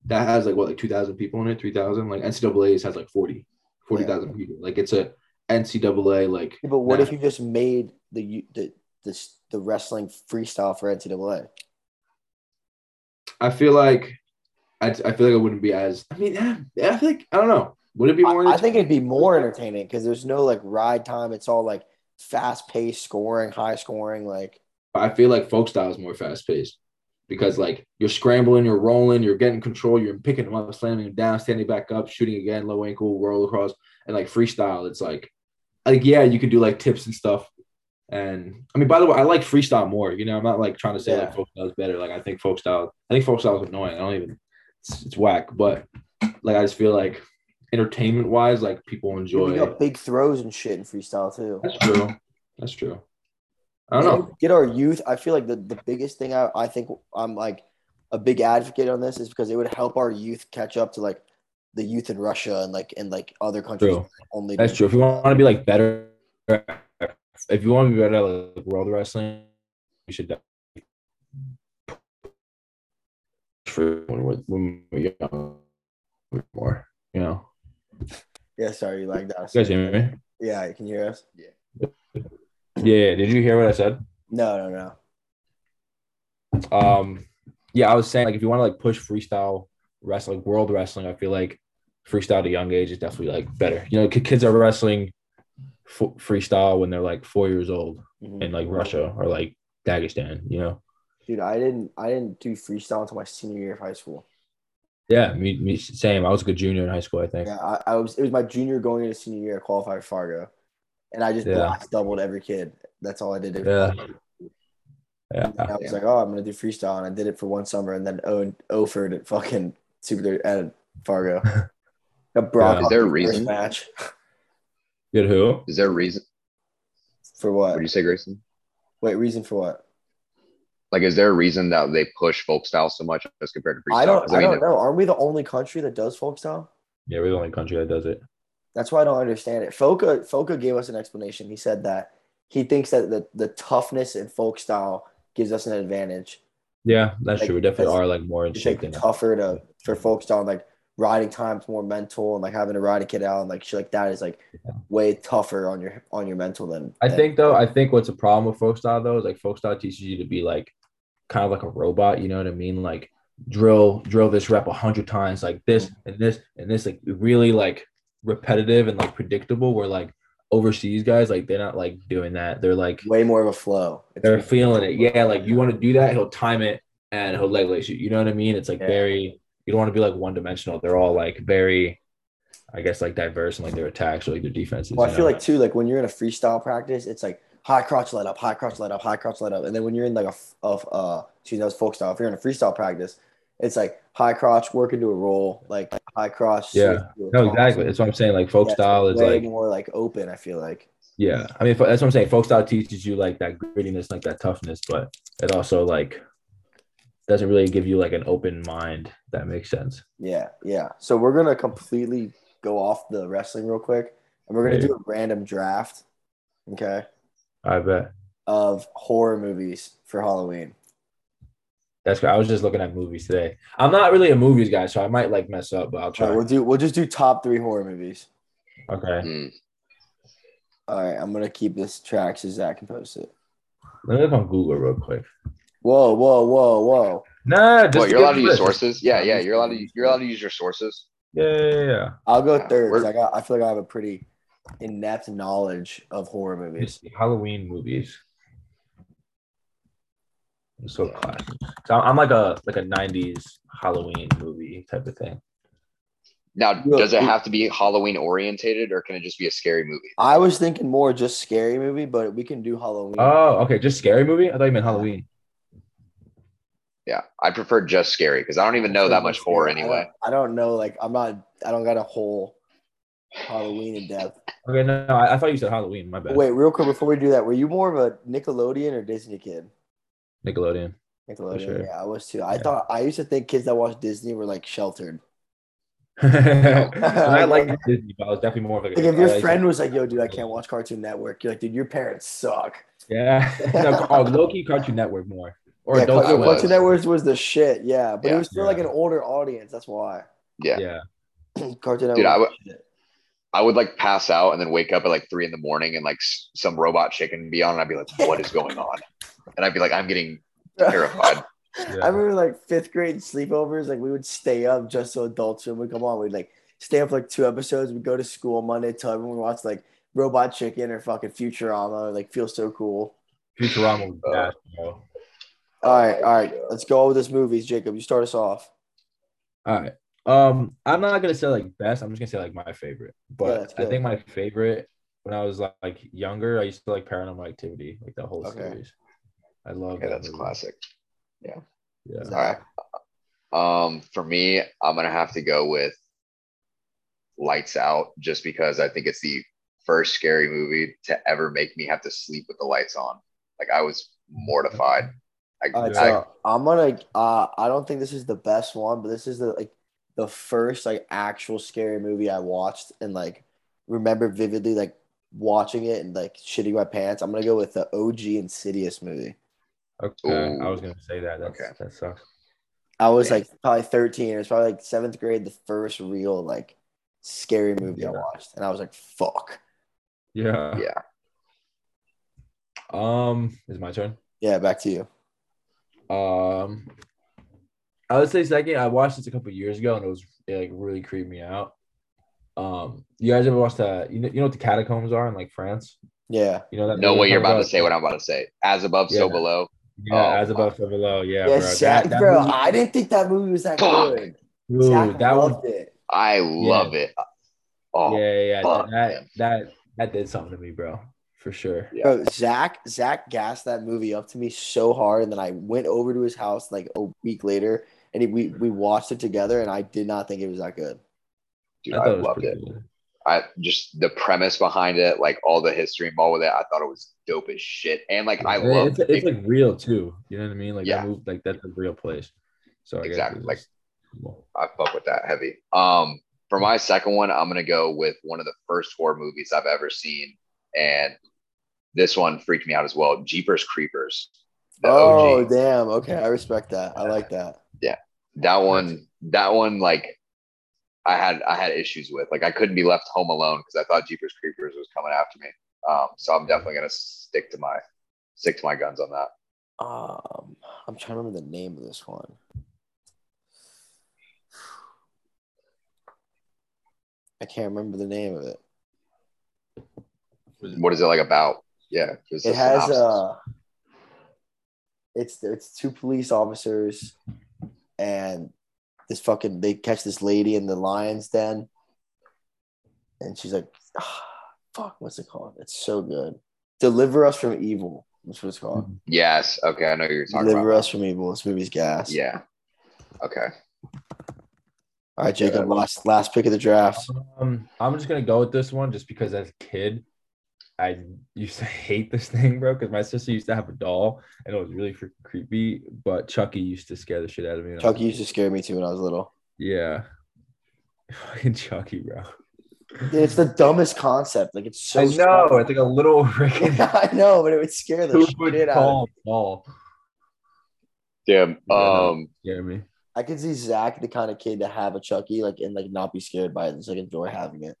that has like what like 2000 people in it 3000 like ncaa's has like 40 40000 people like it's a ncaa like Yeah, but what Nah. if you just made the you- the the, s- the wrestling freestyle for NCAA? i feel like i, I feel like it wouldn't be as i mean eh, i feel like i don't know would it be more I, I think it'd be more entertaining because there's no like ride time. It's all like fast paced scoring, high scoring. Like i feel like folk style is more fast paced because like you're scrambling you're rolling you're getting control you're picking them up slamming them down standing back up shooting again low ankle roll across and like freestyle it's like like yeah you could do like tips and stuff and i mean by the way i like freestyle more you know i'm not like trying to say Yeah. like folk style is better like i think folk style i think folk style is annoying i don't even it's, it's whack but like i just feel like entertainment wise like people you enjoy got big throws and shit in freestyle too. that's true that's true i don't know Get our youth. I feel like the, the biggest thing I, I think I'm like a big advocate on this is because it would help our youth catch up to like the youth in Russia and like and like other countries True. only. That's do- true. If you want to be like better, if you want to be better at like world wrestling, you should definitely for when we're, when we're young more. You know, Yeah, sorry, you lagged us. you guys hear me? Yeah, can you hear us? Yeah, yeah. Did you hear what I said? No, no, no. Um, yeah, I was saying like if you want to like push freestyle wrestling, world wrestling, I feel like freestyle at a young age is definitely like better. You know, ki- kids are wrestling fo- freestyle when they're like four years old Mhm. in like Russia or like Dagestan. You know. Dude, I didn't I didn't do freestyle until my senior year of high school. Yeah, me, me same. I was a good junior in high school, I think. Yeah, I, I was it was my junior going into senior year, I qualified for Fargo. And I just Yeah. blast doubled every kid. That's all I did. Yeah. Yeah. And Ah, I was like, oh, I'm gonna do freestyle, and I did it for one summer, and then owned Oford at fucking Super at Fargo. Got Brock Yeah. Is there a Lesnar's reason? match Good who? Is there a reason? for What what? do you say, Grayson? Wait, reason for what? Like, is there a reason that they push folk style so much as compared to freestyle? I don't 'Cause, I, mean, don't know. Aren't we the only country that does folk style? Yeah, we're the only country that does it. That's why I don't understand it. Foka Foka gave us an explanation. He said that he thinks that the, the toughness in folk style gives us an advantage. Yeah, that's Like, true. We definitely that's- are like more in It's shape like than tougher to for folk style, like riding times more mental and like having to ride a kid out and like shit like that is like way tougher on your on your mental than I than- think though, I think what's a problem with folk style though is like folk style teaches you to be like kind of like a robot, you know what I mean? Like drill, drill this rep a hundred times, like this and this and this, like really like repetitive and like predictable. Where like overseas guys, like they're not like doing that. They're like way more of a flow. It's they're feeling it. Yeah, like you want to do that, he'll time it and he'll leg lace you. You know what I mean? It's like Yeah. very you don't want to be like one dimensional. They're all like very, I guess like diverse in like their attacks or like their defenses. Well, I you feel know? like too, like when you're in a freestyle practice, it's like high crotch let up, high crotch let up, high crotch let up, and then when you're in like a f- of uh, excuse me, that was folk style. If you're in a freestyle practice, it's like high crotch work into a roll, like high crotch. Yeah. switch to a no, toss. exactly. That's what I'm saying. Like folk Yeah, it's style is way like more like open. I feel like yeah. I mean fo- that's what I'm saying. Folk style teaches you like that grittiness, like that toughness, but it also like doesn't really give you like an open mind. if That makes sense. yeah, yeah. So we're gonna completely go off the wrestling real quick, and we're gonna Maybe. do a random draft. Okay. I bet. Of horror movies for Halloween. That's I was just looking at movies today. I'm not really a movies guy, so I might like mess up, but I'll All try. right, we'll do. We'll just do top three horror movies. Okay. Mm, All right, I'm gonna keep this track so Zach can post it. Let me look on Google real quick. Whoa, whoa, whoa, whoa. Nah, just what you're give allowed to me use this. sources? Yeah, yeah. You're allowed to Yeah. you're allowed to use your sources. Yeah, yeah, yeah. I'll go Yeah, third 'cause we're- I got I feel like I have a pretty inept knowledge of horror movies. It's Halloween movies. I'm so classic. So I'm I'm like a like a '90s Halloween movie type of thing. Now, Well, does it it- have to be Halloween orientated, or can it just be a scary movie? I was thinking more just scary movie, but we can do Halloween. Oh, okay, just scary movie. I thought you meant Halloween. Yeah, I prefer just scary because I don't even know that much horror I don't- anyway. I don't, know, like I'm not I don't got a whole Halloween in depth. Okay, no, no, I, I thought you said Halloween. My bad. Wait, real quick before we do that, were you more of a Nickelodeon or Disney kid? Nickelodeon. Nickelodeon, sure. yeah, I was too. I Yeah. thought I used to think kids that watched Disney were like sheltered. And I like Disney, but I was definitely more of like, Like if I your like- friend was like, "Yo, dude, I can't watch Cartoon Network," you're like, "Dude, your parents suck." Yeah. no, oh, low key Cartoon Network more. Or yeah, Adult Cartoon, Swim. Cartoon Network was the shit. Yeah, but it Yeah. was for like an older audience. That's why Yeah. Yeah. Cartoon Network. Dude, I was the shit. I would like pass out and then wake up at like three in the morning and like s- some robot chicken would be on, and I'd be like, "What is going on?" And I'd be like, "I'm getting terrified." I remember like fifth grade sleepovers. Like we would stay up just so Adult Swim would come on. We'd like stay up for like two episodes. We'd go to school Monday till everyone watched like Robot Chicken or fucking Futurama. Or, like feel so cool. Futurama Uh, was bad, bro. All right, all right. Let's go with this movies, Jacob. You start us off. All right. Um, I'm not gonna say like best. I'm just gonna say like my favorite. Yeah, But that's I good. think my favorite when I was like, like, younger, I used to like Paranormal Activity, like that whole Okay. series. I love. Yeah, that's movie. classic. Yeah. All right. Um, for me, I'm gonna have to go with Lights Out just because I think it's the first scary movie to ever make me have to sleep with the lights on. Like I was mortified. I, All right, I- so I'm gonna. Uh, I don't think this is the best one, but this is the like the first like actual scary movie I watched and like remember vividly like watching it and like shitting my pants. I'm gonna go with the OG Insidious movie. Okay. I Ooh. was gonna say that. That's, Okay. That sucks. I was Yeah. like probably 13. It was probably like seventh grade, the first real like scary movie I Yeah. watched, and I was like, "Fuck." Yeah. yeah. Um, is it my turn. Yeah, back to you. Um, I would say second. I watched this a couple years ago, and it was it like really creeped me out. Um, you guys ever watched that? You know, you know what the catacombs are in like France. Yeah, You know that. Know movie what you're I'm about talking to say, what I'm about to say. As above, so Yeah. below. Yeah, Oh, as above, so below. Yeah, yeah, bro. That- Zach, that bro. movie- I didn't think that movie was that Fuck. good. Dude, Zach that one. loved it. I love it. Oh yeah, yeah, yeah. fuck, that man. that that did something to me, bro, for sure. Yeah. Bro, Zach, Zach gassed that movie up to me so hard, and then I went over to his house like a week later, and he, we we watched it together, and I did not think it was that good. dude, I I, thought it was loved pretty it. good. I just the premise behind it, like all the history involved with it, I thought it was dope as shit. And like I It- love it's, it's like real too. You know what I mean? Like Yeah. that move, like that's a real place. So I guess Exactly, it's- like- I fuck with that heavy. Um, for my second one, I'm gonna go with one of the first horror movies I've ever seen, and this one freaked me out as well. Jeepers Creepers. The oh OG. damn! Okay, I respect that. I like that. That one. That one. Like, I had I had issues with. Like, I couldn't be left home alone because I thought Jeepers Creepers was coming after me. Um, so I'm definitely gonna stick to my stick to my guns on that. Um, I'm trying to remember the name of this one. I can't remember the name of it. what is it like about? Yeah, just a It has synopsis. uh it's it's two police officers and this fucking they catch this lady in the lion's den and she's like ah, fuck what's it called? It's so good. Deliver us from evil. That's what it's called. yes. Okay, I know what you're talking Deliver about. us from evil. This movie's gas. Yeah. Okay. All right, Jacob. Last last pick of the draft. Um, I'm just gonna go with this one just because as a kid, I used to hate this thing, bro. Because my sister used to have a doll, and it was really freaking creepy. But Chucky used to scare the shit out of me. when I was- Chucky used to scare me too when I was little. Yeah. Fucking Chucky, bro. Dude, it's the dumbest concept. Like it's so. I know. small. It's like a little freaking I know, but it would scare the shit out of stupid me. tall doll. Damn. Yeah. Um. Scare me. I could see Zach the kind of kid to have a Chucky, like and like not be scared by it, just like enjoy having it.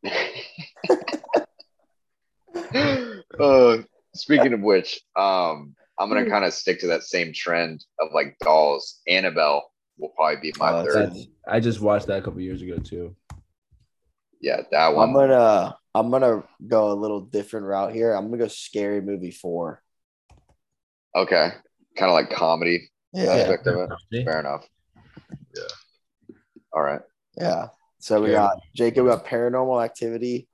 uh, speaking of which, um, I'm gonna kind of stick to that same trend of like dolls. Annabelle will probably be my Oh, that's third. it. That's- I just watched that a couple years ago too. Yeah, that one. I'm gonna I'm gonna go a little different route here. I'm gonna go scary movie four. okay, kind of like comedy aspect of it. Yeah. Fair enough. Yeah. All right. yeah. So we Yeah. got Jacob we got Paranormal Activity,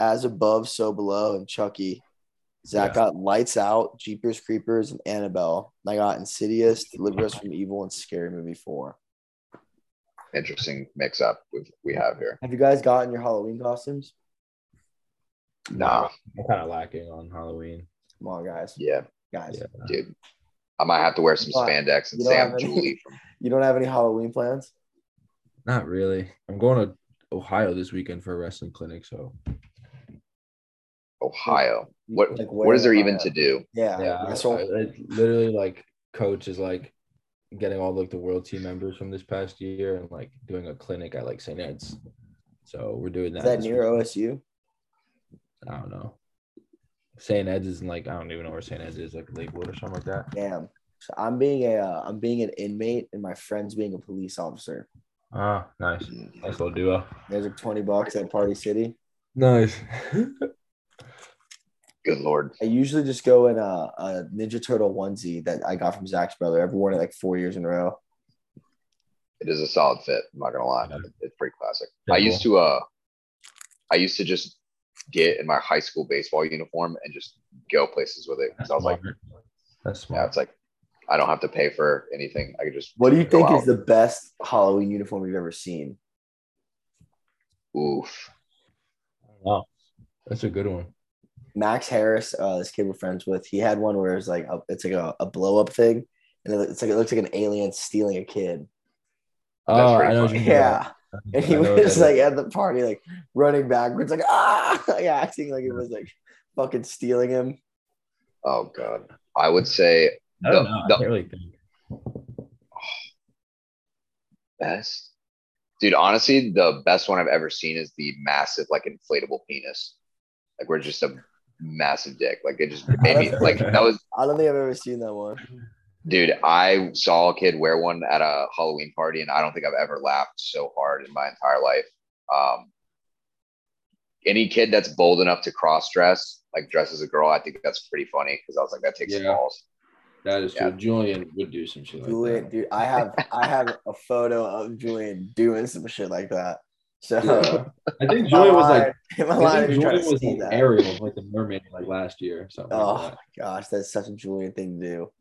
As Above, So Below, and Chucky. Zach Yeah. got Lights Out, Jeepers Creepers, and Annabelle. And I got Insidious, Deliver Us from Evil, and Scary Movie Four. Interesting mix up we we have here. Have you guys gotten your Halloween costumes? Nah. I'm kind of lacking on Halloween. Come on, guys. Uh, Yeah, Guys, Yeah. dude. I might have to wear some You don't- spandex and you don't say I'm have any- Julie from you don't have any Halloween plans? Not really. I'm going to Ohio this weekend for a wrestling clinic, so Ohio. You- What like, where what is there am even I? to do? Yeah, yeah, that's I- what- I- literally like coach is like getting all like the world team members from this past year and like doing a clinic at like St. Ed's. So we're doing that. is that this near week- OSU? I don't know. St. Ed's is in, like I don't even know where St. Ed's is, like Lakewood or something like that. Damn. So I'm being a uh, I'm being an inmate, and my friend's being a police officer. Ah, nice, nice little duo. There's like twenty bucks at Party City. Nice. Good lord. I usually just go in a, a Ninja Turtle onesie that I got from Zach's brother. I've worn it like four years in a row. it is a solid fit. I'm not gonna lie, Yeah. it's pretty classic. Yeah, I used to uh, I used to just get in my high school baseball uniform and just go places with it because I was like, that's yeah, smart. it's like I don't have to pay for anything. I could just What Oh, do you Go think is out. the best Halloween uniform you've ever seen? oof. Wow, that's a good one. Max Harris, uh, this kid we're friends with, he had one where it's like a, it's like a, a blow up thing, and it- it's like it looks like an alien stealing a kid. Oh, I pretty know. what Yeah. you mean. And he I know what was that like is. at the party, like running backwards, like ah, like acting like it was like fucking stealing him. Oh god, I would say I don't the- know. the- I can't really think. best. Dude, honestly, the best one I've ever seen is the massive, like inflatable penis. Like we're just a massive dick. Like it just made me like that was I don't think I've ever seen that one. Dude, I saw a kid wear one at a Halloween party, and I don't think I've ever laughed so hard in my entire life. Um, any kid that's bold enough to cross dress, like dress as a girl, I think that's pretty funny because I was like, that takes Yeah. some balls. That is Yeah. true. Julian would do some shit like Julian, that. dude, I have I have a photo of Julian doing some shit like that. So I think Julian was like, am I I lying think if you're trying Julian to was see like that? Ariel, like the mermaid, like last year. Or something Oh like that. my gosh, that's such a Julian thing to do.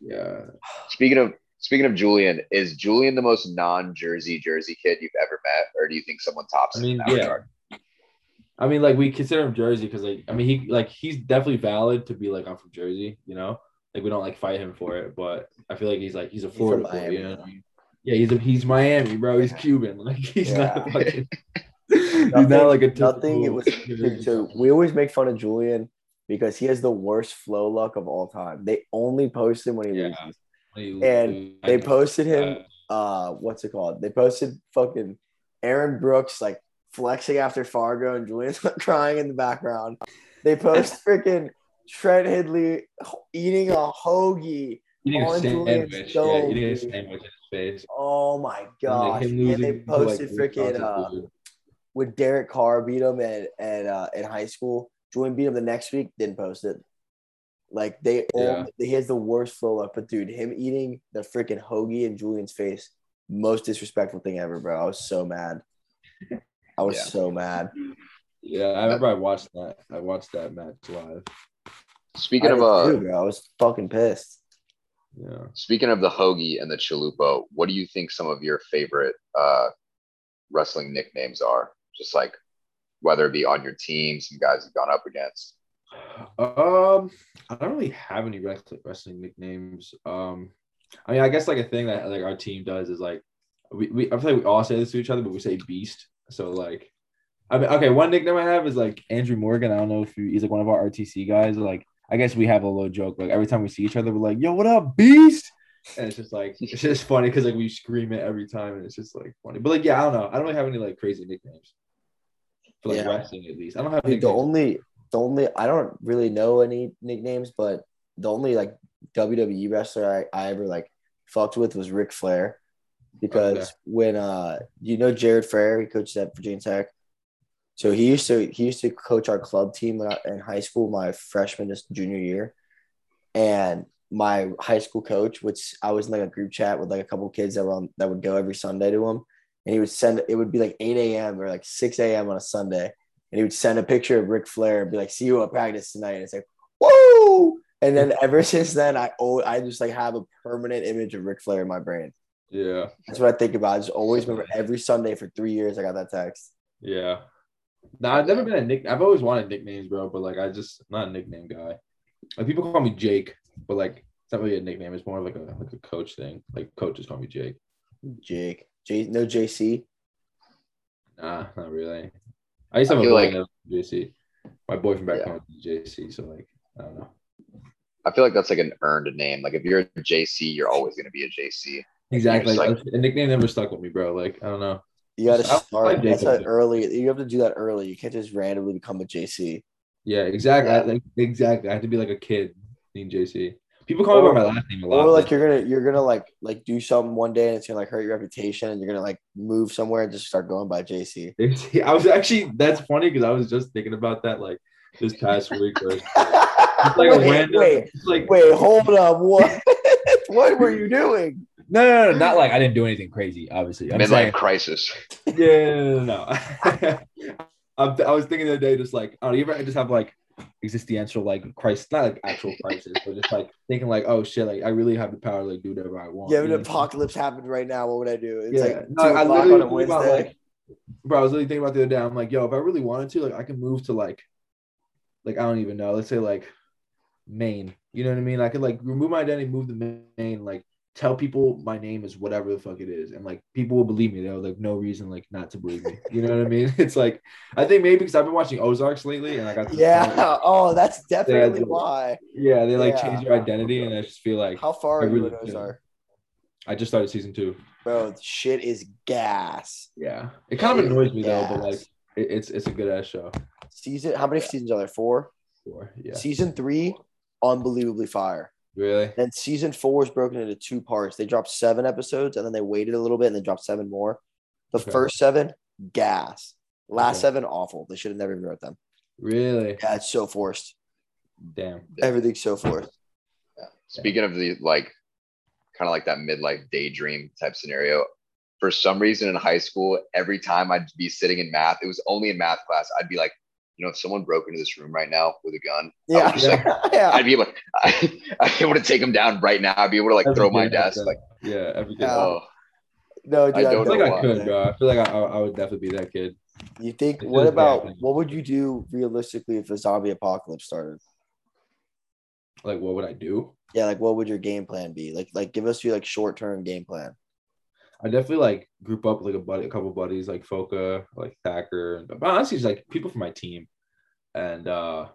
Yeah. Speaking of speaking of Julian, is Julian the most non-Jersey Jersey kid you've ever met, or do you think someone tops I him mean, in that yeah. regard? I mean, like we consider him Jersey because, like, I mean, he like he's definitely valid to be like I'm from Jersey, you know. Like we don't like fight him for it, but I feel like he's like he's a from Florida boy, Miami, you know. what though. I mean? Yeah, he's a, he's Miami, bro. He's Yeah. Cuban. Like he's not Yeah. a fucking. he's not like a nothing. It typical was Jersey dude, so we always make fun of Julian because he has the worst flow luck of all time. They only post him when he Yeah. loses. guy. and They I- posted him uh, uh what's it called? They posted fucking Aaron Brooks like flexing after Fargo and Julian's crying in the background. They post freaking Trent Hidley eating a hoagie. eating a on Julian's sandwich. dome, Yeah, eating a dude. sandwich in his face. Oh my gosh. him And they losing to, like, posted freaking Wisconsin, uh dude. when Derek Carr beat him at at uh, in high school. Julian Beatham the next week didn't post it. Like they all, he has the worst flow up. But dude, him eating the freaking hoagie in Julian's face, most disrespectful thing ever, bro. I was so mad. I was Yeah. so mad. Yeah, I remember I watched that. I watched that match live. Speaking I of did uh, too, bro. I was fucking pissed. Yeah. Speaking of the hoagie and the chalupa, what do you think some of your favorite uh, wrestling nicknames are? Just like whether it be on your team, some guys you've gone up against. Um, I don't really have any wrest- wrestling nicknames. Um, I mean, I guess like a thing that like our team does is like we, we I feel like we all say this to each other, but we say beast. So like, I mean, okay, one nickname I have is like Andrew Morgan. I don't know if you, he's like one of our RTC guys. Like, I guess we have a little joke. Like every time we see each other, we're like, "Yo, what up, beast?" And it's just like it's just funny because like we scream it every time, and it's just like funny. But like, yeah, I don't know. I don't really have any like crazy nicknames for like Yeah. wrestling at least. I don't have Dude, the nicknames. only, the only, I don't really know any nicknames, but the only like WWE E wrestler I, I ever like fucked with was Ric Flair, because Okay. when uh you know Jared Frere, he coached at Virginia Tech, so he used to he used to coach our club team when I- in high school, my freshman just junior year, and my high school coach, which I was in like a group chat with like a couple kids that were on that would go every Sunday to him, and he would send it would be like eight a.m. or like six a.m. on a Sunday and he would send a picture of Ric Flair and be like, "See you at practice tonight." And it's like, "Whoa!" And then ever since then, I always, I just like have a permanent image of Ric Flair in my brain. yeah, That's what I think about. I just always remember every Sunday for three years. I got that text. Yeah. Nah, I've never been a nick. I've always wanted nicknames, bro. But like, I just I'm not a nickname guy. Like people call me Jake, but like it's not really a nickname. It's more of like a like a coach thing. Like coaches call me Jake. Jake, J, no JC. Nah, not really. I used to I have a feel boy like- named JC. My boyfriend back Yeah. home is JC. So like, I don't know. I feel like that's like an earned name. Like if you're a JC, you're always going to be a JC. Exactly. It's Like, a nickname never stuck with me, bro. Like I don't know. You got to I like start. That's Jacob. an early. You have to do that early. You can't just randomly become a JC. Yeah, exactly. I- like, exactly. I had to be like a kid named JC. People call me by my last name a lot. Or like but- you're gonna you're gonna like like do something one day and it's gonna like hurt your reputation and you're gonna like move somewhere and just start going by JC. It's- I was actually that's funny because I was just thinking about that like this past week. Where it's like a random, it's like Wait, hold up. What? what were you doing? no, no, no, not like I didn't do anything crazy. Obviously, I'm Midlife saying crisis. yeah, no, no, no, no. I'm- I was thinking the other day, just like oh, you ever just have like existential like crisis, not like actual crisis, but just like thinking like oh shit, like I really have the power to like do whatever I want. Yeah, if You an know? apocalypse happened right now, what would I do? It's yeah, like two no, I o'clock on literally a was thinking Wednesday. about, like, bro, I was literally thinking about the other day. I'm like, yo, if I really wanted to, like, I can move to like, like I don't even know. Let's say like Maine. You know what I mean? I could like remove my identity, move to Maine, like tell people my name is whatever the fuck it is, and like people will believe me. They'll like no reason like not to believe me. You know what I mean? It's like I think maybe because I've been watching Ozarks lately, and I got to the point- yeah. Oh, that's definitely dude. why. yeah. They like Yeah. change your identity, and I just feel like How far I are you really in do. Ozark? I just started season two. Bro, shit is gas. Yeah, it kind of Shit, annoys me though, but like yes. it, it's it's a good ass show. Season how many seasons are there? Four? Four, yeah. Season three, unbelievably fire. Really? Then season four is broken into two parts. They dropped seven episodes and then they waited a little bit and then dropped seven more. The Okay. first seven, gas. Last Okay. seven, awful. They should have never even wrote them. Really? Yeah, it's so forced. Damn. Everything's so forced. Speaking of the like, kind of like that midlife daydream type scenario. For some reason in high school, every time I'd be sitting in math, it was only in math class. I'd be like, you know, if someone broke into this room right now with a gun, I Yeah. would just like yeah. I'd be able to, I, I'd be able to take him down right now. I'd be able to like throw my Everything has desk. Like, that. yeah, everything. Yeah. I oh, No, dude, I I don't feel know like why. don't I could, bro. I feel like I, I, I would definitely be that kid. You think It's what just about happening. what would you do realistically if a zombie apocalypse started? Like, what would I do? Yeah, like what would your game plan be? Like like give us your like short term game plan. I definitely like group up with like a buddy, a couple buddies, like Foca, like Thacker, but honestly, it's like people from my team, and uh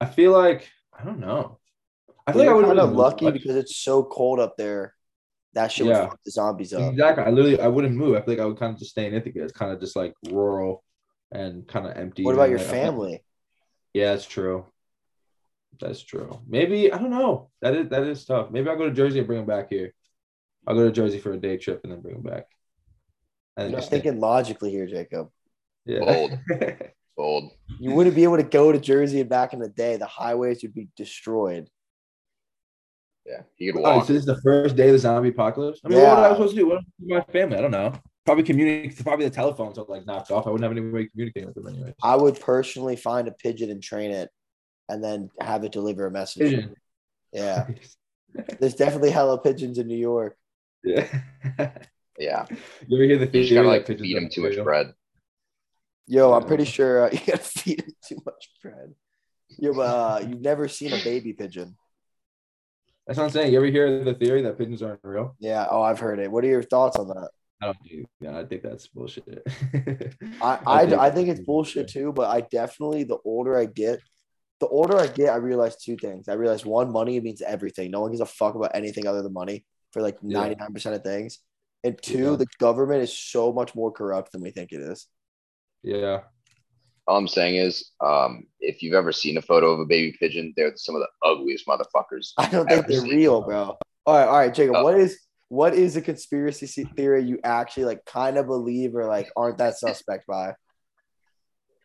I feel like I don't know. I I think feel like I I'm would kind of lucky because it's so cold up there. That shit Yeah. would fuck the zombies up. Exactly. I literally I wouldn't move. I feel like I would kind of just stay in Ithaca. It's kind of just like rural and kind of empty. What about and, your like, I'm- family? Yeah, that's true. That's true. Maybe I don't know. That is that is tough. Maybe I'll go to Jersey and bring him back here. I'll go to Jersey for a day trip and then bring him back. You're And then not just stay- thinking logically here, Jacob. yeah. Bold. Bold. You wouldn't be able to go to Jersey and back in the day. The highways would be destroyed. Yeah, he could Oh, walk. so this is the first day of the zombie apocalypse. I mean, what Yeah. was I supposed to do? What was my family? I don't know. Probably communicate. Probably the telephones are like knocked off. I wouldn't have any way of communicating with them anyway. I would personally find a pigeon and train it and then have it deliver a message. Pigeon. Yeah. There's definitely hella pigeons in New York. Yeah. yeah, you ever hear the you theory just gotta like that pigeons feed are him too much real? bread. Yo, I'm Yeah. pretty sure uh, you gotta feed it too much bread. Yo, but uh, you've never seen a baby pigeon. That's what I'm saying. You ever hear the theory that pigeons aren't real? Yeah. Oh, I've heard it. What are your thoughts on that? I don't do. Oh, Yeah, I think that's bullshit. I, I, I think it's bullshit too, but I definitely, the older I get, the older I get, I realize two things. I realize one, money means everything. No one gives a fuck about anything other than money for like Yeah. 99% of things. And two, Yeah. the government is so much more corrupt than we think it is. Yeah. All I'm saying is, um, if you've ever seen a photo of a baby pigeon, they're some of the ugliest motherfuckers. I don't think I've they're seen real, bro. All right, all right, Jacob. Oh. What is what is a conspiracy se- theory you actually like kind of believe or like aren't that suspect by?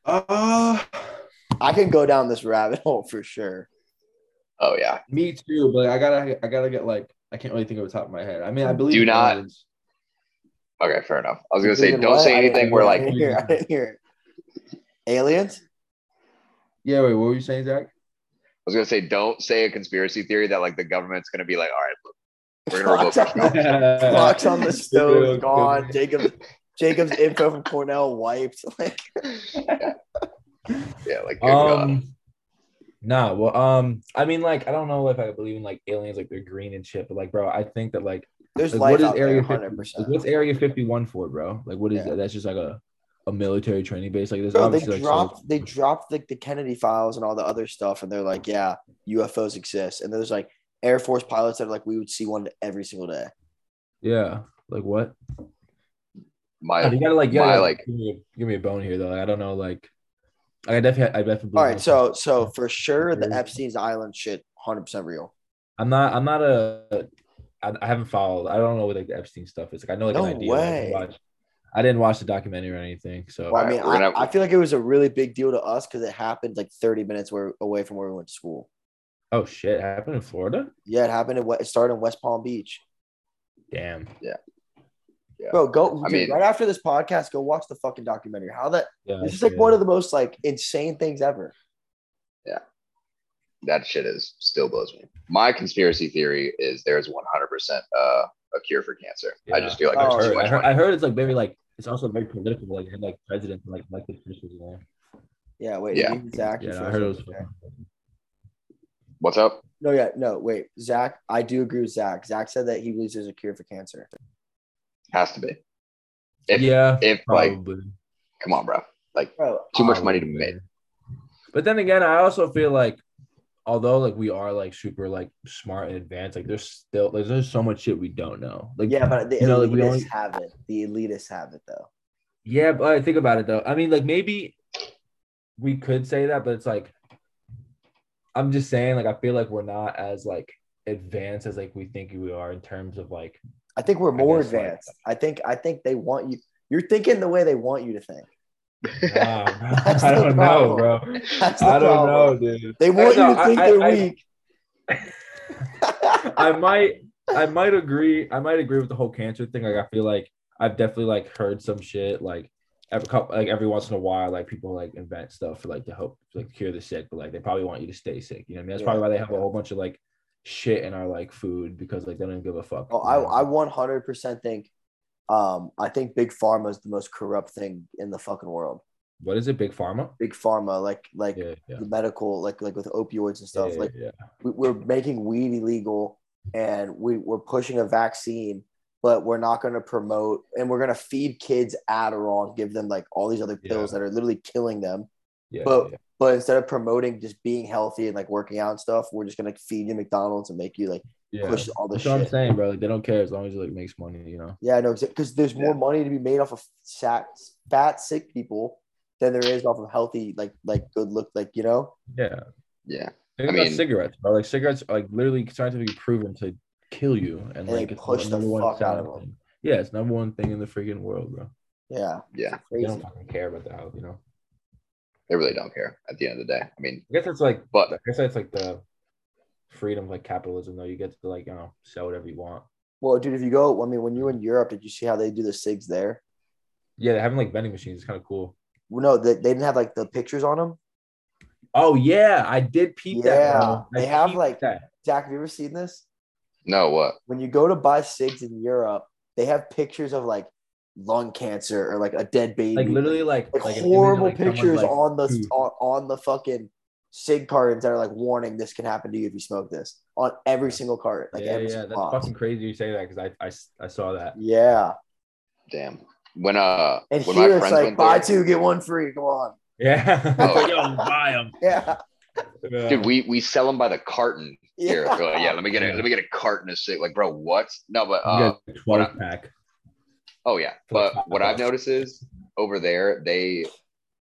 Uh, I can go down this rabbit hole for sure. Oh yeah, me too. But I gotta, I gotta get like, I can't really think of the top of my head. I mean, I believe. Do in not- aliens. okay, fair enough. I was gonna say, Even don't what? say I didn't anything hear where it. I like didn't hear. it. I didn't hear. it. Aliens? Yeah. Wait. What were you saying, Zach? I was gonna say, don't say a conspiracy theory that like the government's gonna be like, all right, look, we're gonna revoke your job. Clocks on the stove Real gone. good. Jacob's Jacob's info from Cornell wiped. Like Yeah, like good God. Um. Nah. Well. Um. I mean, like, I don't know if I believe in like aliens, like they're green and shit. But like, bro, I think that like, there's like, life what is out there, Area hundred 50, like, percent. what's Area Fifty One for, bro? Like, what is Yeah. that? That's just like a, a military training base. Like, there's Bro, they obviously like, so- dropped they dropped like the Kennedy files and all the other stuff, and they're like, yeah, UFOs exist, and there's like Air Force pilots that are like, we would see one every single day. yeah. Like what? my Yeah, Oh, you gotta like, you gotta, my, like, like- give, me a, give me a bone here though. Like, I don't know, like, I definitely, I definitely. All believe in right, so so Yeah. for sure the Very- Epstein's Island shit, hundred percent real. I'm not, I'm not a, I, I haven't followed. I don't know what like the Epstein stuff is. Like, I know like No an idea. but I way. didn't watch- I didn't watch the documentary or anything. So Well, I right, mean, Oh, we're I, gonna- I feel like it was a really big deal to us because it happened like 30 minutes where, away from where we went to school. oh shit, it happened in Florida. Yeah, it happened. In, we- it started in West Palm Beach. Damn. Yeah. Bro, go I dude, mean- right after this podcast, go watch the fucking documentary. How that Yeah. this is like yeah. one of the most like insane things ever. that shit is still blows me. My conspiracy theory is there's 100 percent uh, a cure for cancer. I Yeah. just feel like I there's Oh, too heard, much. I heard, money. I heard it's like very like it's also very political. Like it had like presidents and like elected officials. in there. Yeah, wait. Yeah. leave Zach, you Yeah, I froze heard it up was. there. What's up? No, yeah, no, wait. Zach, I do agree with Zach. Zach said that he believes there's a cure for cancer. Has to be. If yeah, if like, probably. come on, bro. Like Bro, too much money to Probably. make. Oh, But then again, I also feel like although like we are like super like smart and advanced, like there's still like there's so much shit we don't know. Like yeah, but the you elitists know, like, we only- have it. The elitists have it though. yeah, but I think about it though. I mean, like maybe we could say that, but it's like I'm just saying, like I feel like we're not as like advanced as like we think we are in terms of like I think we're more guess, like- advanced. I think I think they want you. You're thinking the way they want you to think. nah, bro. That's I the don't know, bro. That's the I don't problem. know, dude. They want know, you to I- think I- they're I- weak. I might I might agree. I might agree with the whole cancer thing. Like I feel like I've definitely like heard some shit like every couple like every once in a while like people like invent stuff for like to help like cure the sick, but like they probably want you to stay sick. You know what I mean? That's probably why they have a whole bunch of like shit in our like food because like they don't even give a fuck. oh, I I 100% think. Um, I think big pharma is the most corrupt thing in the fucking world. what is it? Big pharma? Big pharma, like like Yeah, yeah. the medical, like like with opioids and stuff. yeah, like yeah. we, we're making weed illegal and we, we're pushing a vaccine but we're not going to promote and we're going to feed kids adderall and give them like all these other pills that are literally killing them yeah, but- yeah. but instead of promoting just being healthy and like working out and stuff we're just going to feed you mcdonald's and make you like yeah. push all this That's what I'm shit saying, bro. Like they don't care as long as it like makes money, you know. yeah no because there's more money to be made off of fat, fat sick people than there is off of healthy like like good look like you know Yeah. Yeah. Think I about mean- cigarettes, bro. Like cigarettes are like literally scientifically proven to kill you, and, they like it's push the number one fuck out of selling thing. Yeah, it's number one thing in the freaking world, bro. yeah Yeah. They crazy don't fucking care about the health, you know. They really don't care at the end of the day. I mean, I guess that's like, But- I guess that's like the freedom, of, like capitalism, though. You get to like, you know, sell whatever you want. Well, dude, if you go, I mean, when you were in Europe, did you see how they do the SIGs there? Yeah, they having like vending machines. It's kind of cool. Well, no, they, they didn't have like the pictures on them. Oh yeah, I did peep that. Yeah, bro. I they have, peeped like- that. Zach, have you ever seen this? no, what? When you go to buy SIGs in Europe, they have pictures of like lung cancer or like a dead baby. like literally like like, like an image of, horrible like, someone, pictures like- on the dude. on, on the fucking SIG cartons that are like warning this can happen to you if you smoke this on every single cart. Like yeah, every yeah, single that's box. fucking crazy you say that because I, I s- I saw that. Yeah. Damn. When uh, And when here it's like went buy there- two, get one free. Come on. Yeah, Oh. Like, yo, buy 'em. Yeah. Yeah. Dude, we we sell them by the carton here. Yeah. They're like, yeah, let me get a let me get a carton of shit. Like, bro, what? No, but You uh, got a twelve pack. oh yeah. For like But what five I've noticed bucks. is over there they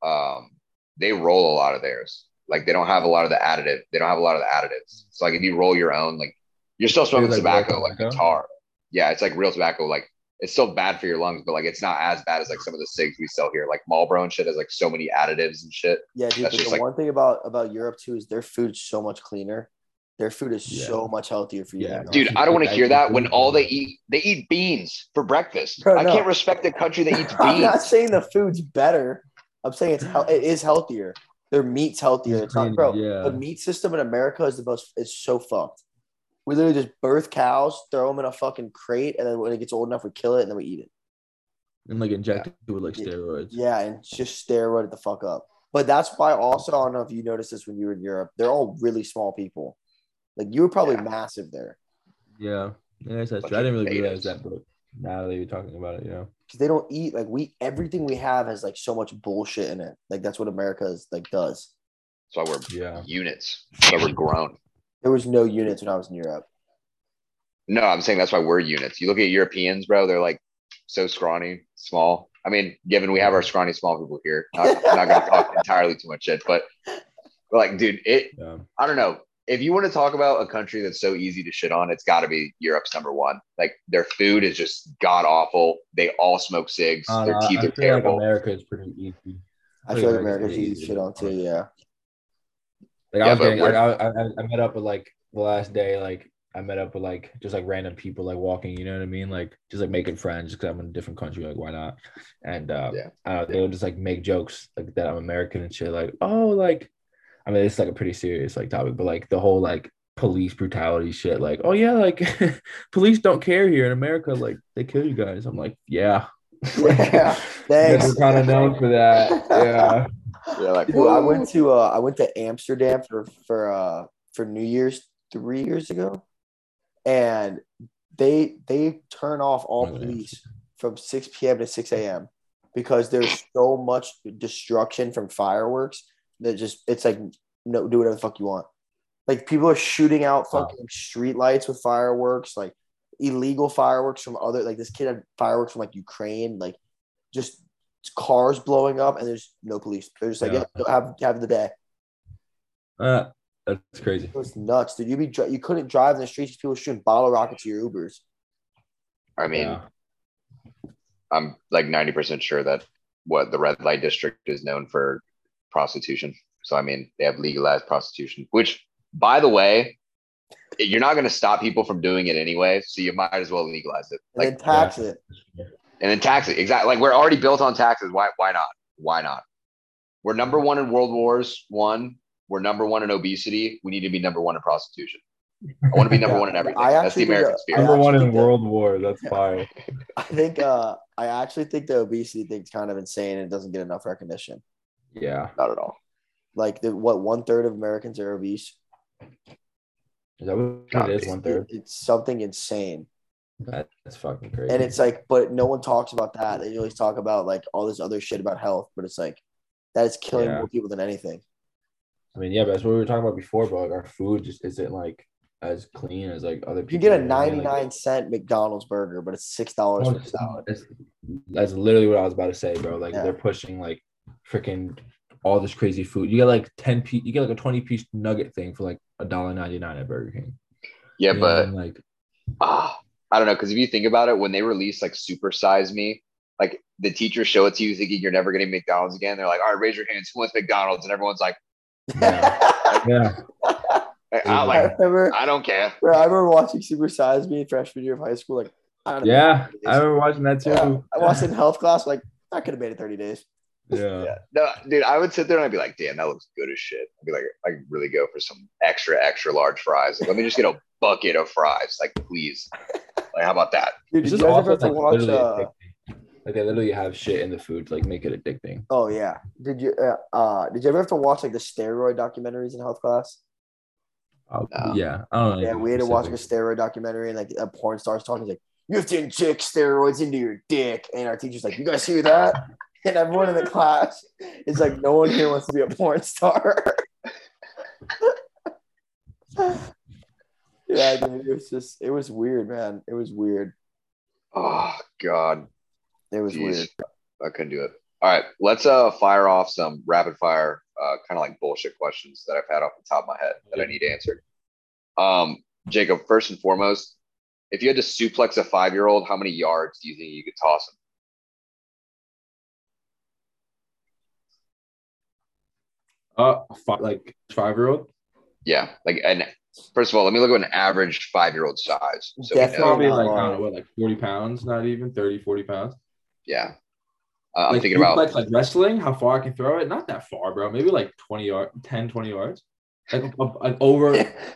um they roll a lot of theirs. Like they don't have a lot of the additive. They don't have a lot of the additives. So like if you roll your own, like you're still smoking like, tobacco, real like tobacco? it's hard. Yeah, it's like real tobacco. Like it's still bad for your lungs, but like it's not as bad as like some of the cigs we sell here. Like Marlboro and shit has like so many additives and shit. Yeah, dude. That's but the just like- one thing about about Europe too is their food's so much cleaner. Their food is Yeah. so much healthier for you. Yeah. than ours. Dude, I don't want to I hear agree. that when all they eat they eat beans for breakfast. Bro, I no. can't respect a country that eats I'm not beans. saying the food's better. I'm saying it's hel- it is healthier. Their meat's healthier. It's not, bro. Yeah. The meat system in America is the most. It's so fucked. We literally just birth cows, throw them in a fucking crate, and then when it gets old enough, we kill it and then we eat it. and like injected with like Yeah. steroids. Yeah, and just steroid it the fuck up. But that's why also I don't know if you noticed this when you were in Europe. They're all really small people. Like you were probably Yeah. massive there Yeah, yeah that's true. I Bunch didn't really of realize potatoes. that, but now that you're talking about it, yeah. because they don't eat like we everything we have has like so much bullshit in it. Like that's what America is like does. That's why we're Yeah. units. That's why we're grown. There was no units when I was in Europe. No, I'm saying that's why we're units. You look at Europeans, bro, they're like so scrawny, small. I mean, given we have our scrawny small people here, not, I'm not gonna talk entirely too much shit, but but like, dude, it Yeah. I don't know. If you want to talk about a country that's so easy to shit on, it's gotta be Europe's number one. Like their food is just god awful. They all smoke cigs, I their don't know, Uh, I- teeth I are feel like terrible. America is pretty easy. I feel Oh, Yeah, like I guess America's it is. easy shit on too. Yeah, Like Yeah, I was but getting, like, we're- I, I, I met up with like the last day, like I met up with like just like random people like walking, you know what I mean? Like just like making friends because I'm in a different country, like why not? And uh, Yeah. I don't know, they would just like make jokes like that I'm American and shit. Like oh, like I mean it's like a pretty serious like topic, but like the whole like police brutality shit. Like oh yeah, like police don't care here in America. Like they kill you guys. I'm like yeah, Yeah, thanks. They're kind of known for that. Yeah. They're like, Dude, I went to uh, I went to Amsterdam for for uh, for New Year's three years ago, and they they turn off all Oh, yeah. police from six p.m. to six a.m. because there's so much destruction from fireworks that just it's like no do whatever the fuck you want. Like people are shooting out Wow. fucking street lights with fireworks, like illegal fireworks from other like this kid had fireworks from like Ukraine, like just cars blowing up and there's no police. They're just like, yeah, Yeah. have have the day. Uh, that's crazy. It was nuts, dude. You be dri- you couldn't drive in the streets 'cause people were shooting bottle rockets to your Ubers. I mean, Yeah. I'm like 90% sure that what the red light district is known for prostitution. So, I mean, they have legalized prostitution, which, by the way, you're not going to stop people from doing it anyway. So, you might as well legalize it. And Like, then tax it. and then tax it. Exactly. Like, we're already built on taxes. Why, why not? Why not? We're number one in World Wars One. We're number one in obesity. We need to be number one in prostitution. I want to be number Yeah. one in everything. I That's the actually did a- American I spirit. Number one in actually did. World War. That's fire. I think uh I actually think the obesity thing's kind of insane and it doesn't get enough recognition. Yeah. Not at all. Like the, what one third of Americans are obese. Is that what Gotta it is? be. One It- third. it's something insane. That's fucking crazy. And it's like, but no one talks about that. They always talk about like all this other shit about health, but it's like that is killing Yeah. more people than anything. I mean, yeah, but that's what we were talking about before. But like, our food just isn't like as clean as like other You people. get a know what I mean? 99 Like, cent McDonald's burger, but it's six dollars oh, for a salad. that's, that's literally what I was about to say, bro. Like Yeah. they're pushing like freaking all this crazy food. You get like ten piece. You get like a twenty piece nugget thing for like a dollar ninety nine at Burger King. Yeah, You know what I but mean? like ah, I don't know. Cause if you think about it, when they released like Super Size Me, like the teachers show it to you thinking you're never getting McDonald's again. They're like, all right, raise your hands. Who wants McDonald's? And everyone's like, Yeah. Yeah. I, I like, remember, I don't care. bro, I remember watching Super Size Me in freshman year of high school. Like, I don't know. Yeah. I remember watching that too. Yeah, I watched it in health class. Like, I could have made it 30 days. Yeah. Yeah. No, dude, I would sit there and I'd be like, damn, that looks good as shit. I'd be like, I could really go for some extra, extra large fries. Like, let me just get a bucket of fries. Like, please. Like, how about that? Dude, It's did you just guys ever also like, have to watch? literally Uh, addicting. like they literally have shit in the food to like make it addicting. oh yeah. Did you uh, uh did you ever have to watch like the steroid documentaries in health class? Oh, No. Yeah. I don't know. Yeah, anything we had to watch like a specific. steroid documentary and like a porn star's talking he's like you have to inject steroids into your dick, and our teacher's like, you guys hear that? And everyone in the class is like, no one here wants to be a porn star. yeah, dude, it was just it was weird, man. It was weird. Oh, God. It was Jeez. weird. I couldn't do it. All right, let's uh fire off some rapid fire, uh, kind of like bullshit questions that I've had off the top of my head that I need answered. Um, Jacob, first and foremost, if you had to suplex a five year old, how many yards do you think you could toss him? Uh, fi- like five year old. Yeah, like and first of all, let me look at an average five year old size. So we know- Definitely. Probably not like I long. don't know what, like forty pounds, not even 30, 40 pounds. yeah, uh, I'm like, thinking about like, like wrestling, how far I can throw it. Not that far, bro. Maybe like 20 yards, 10, 20 yards. Like, a- a- like over.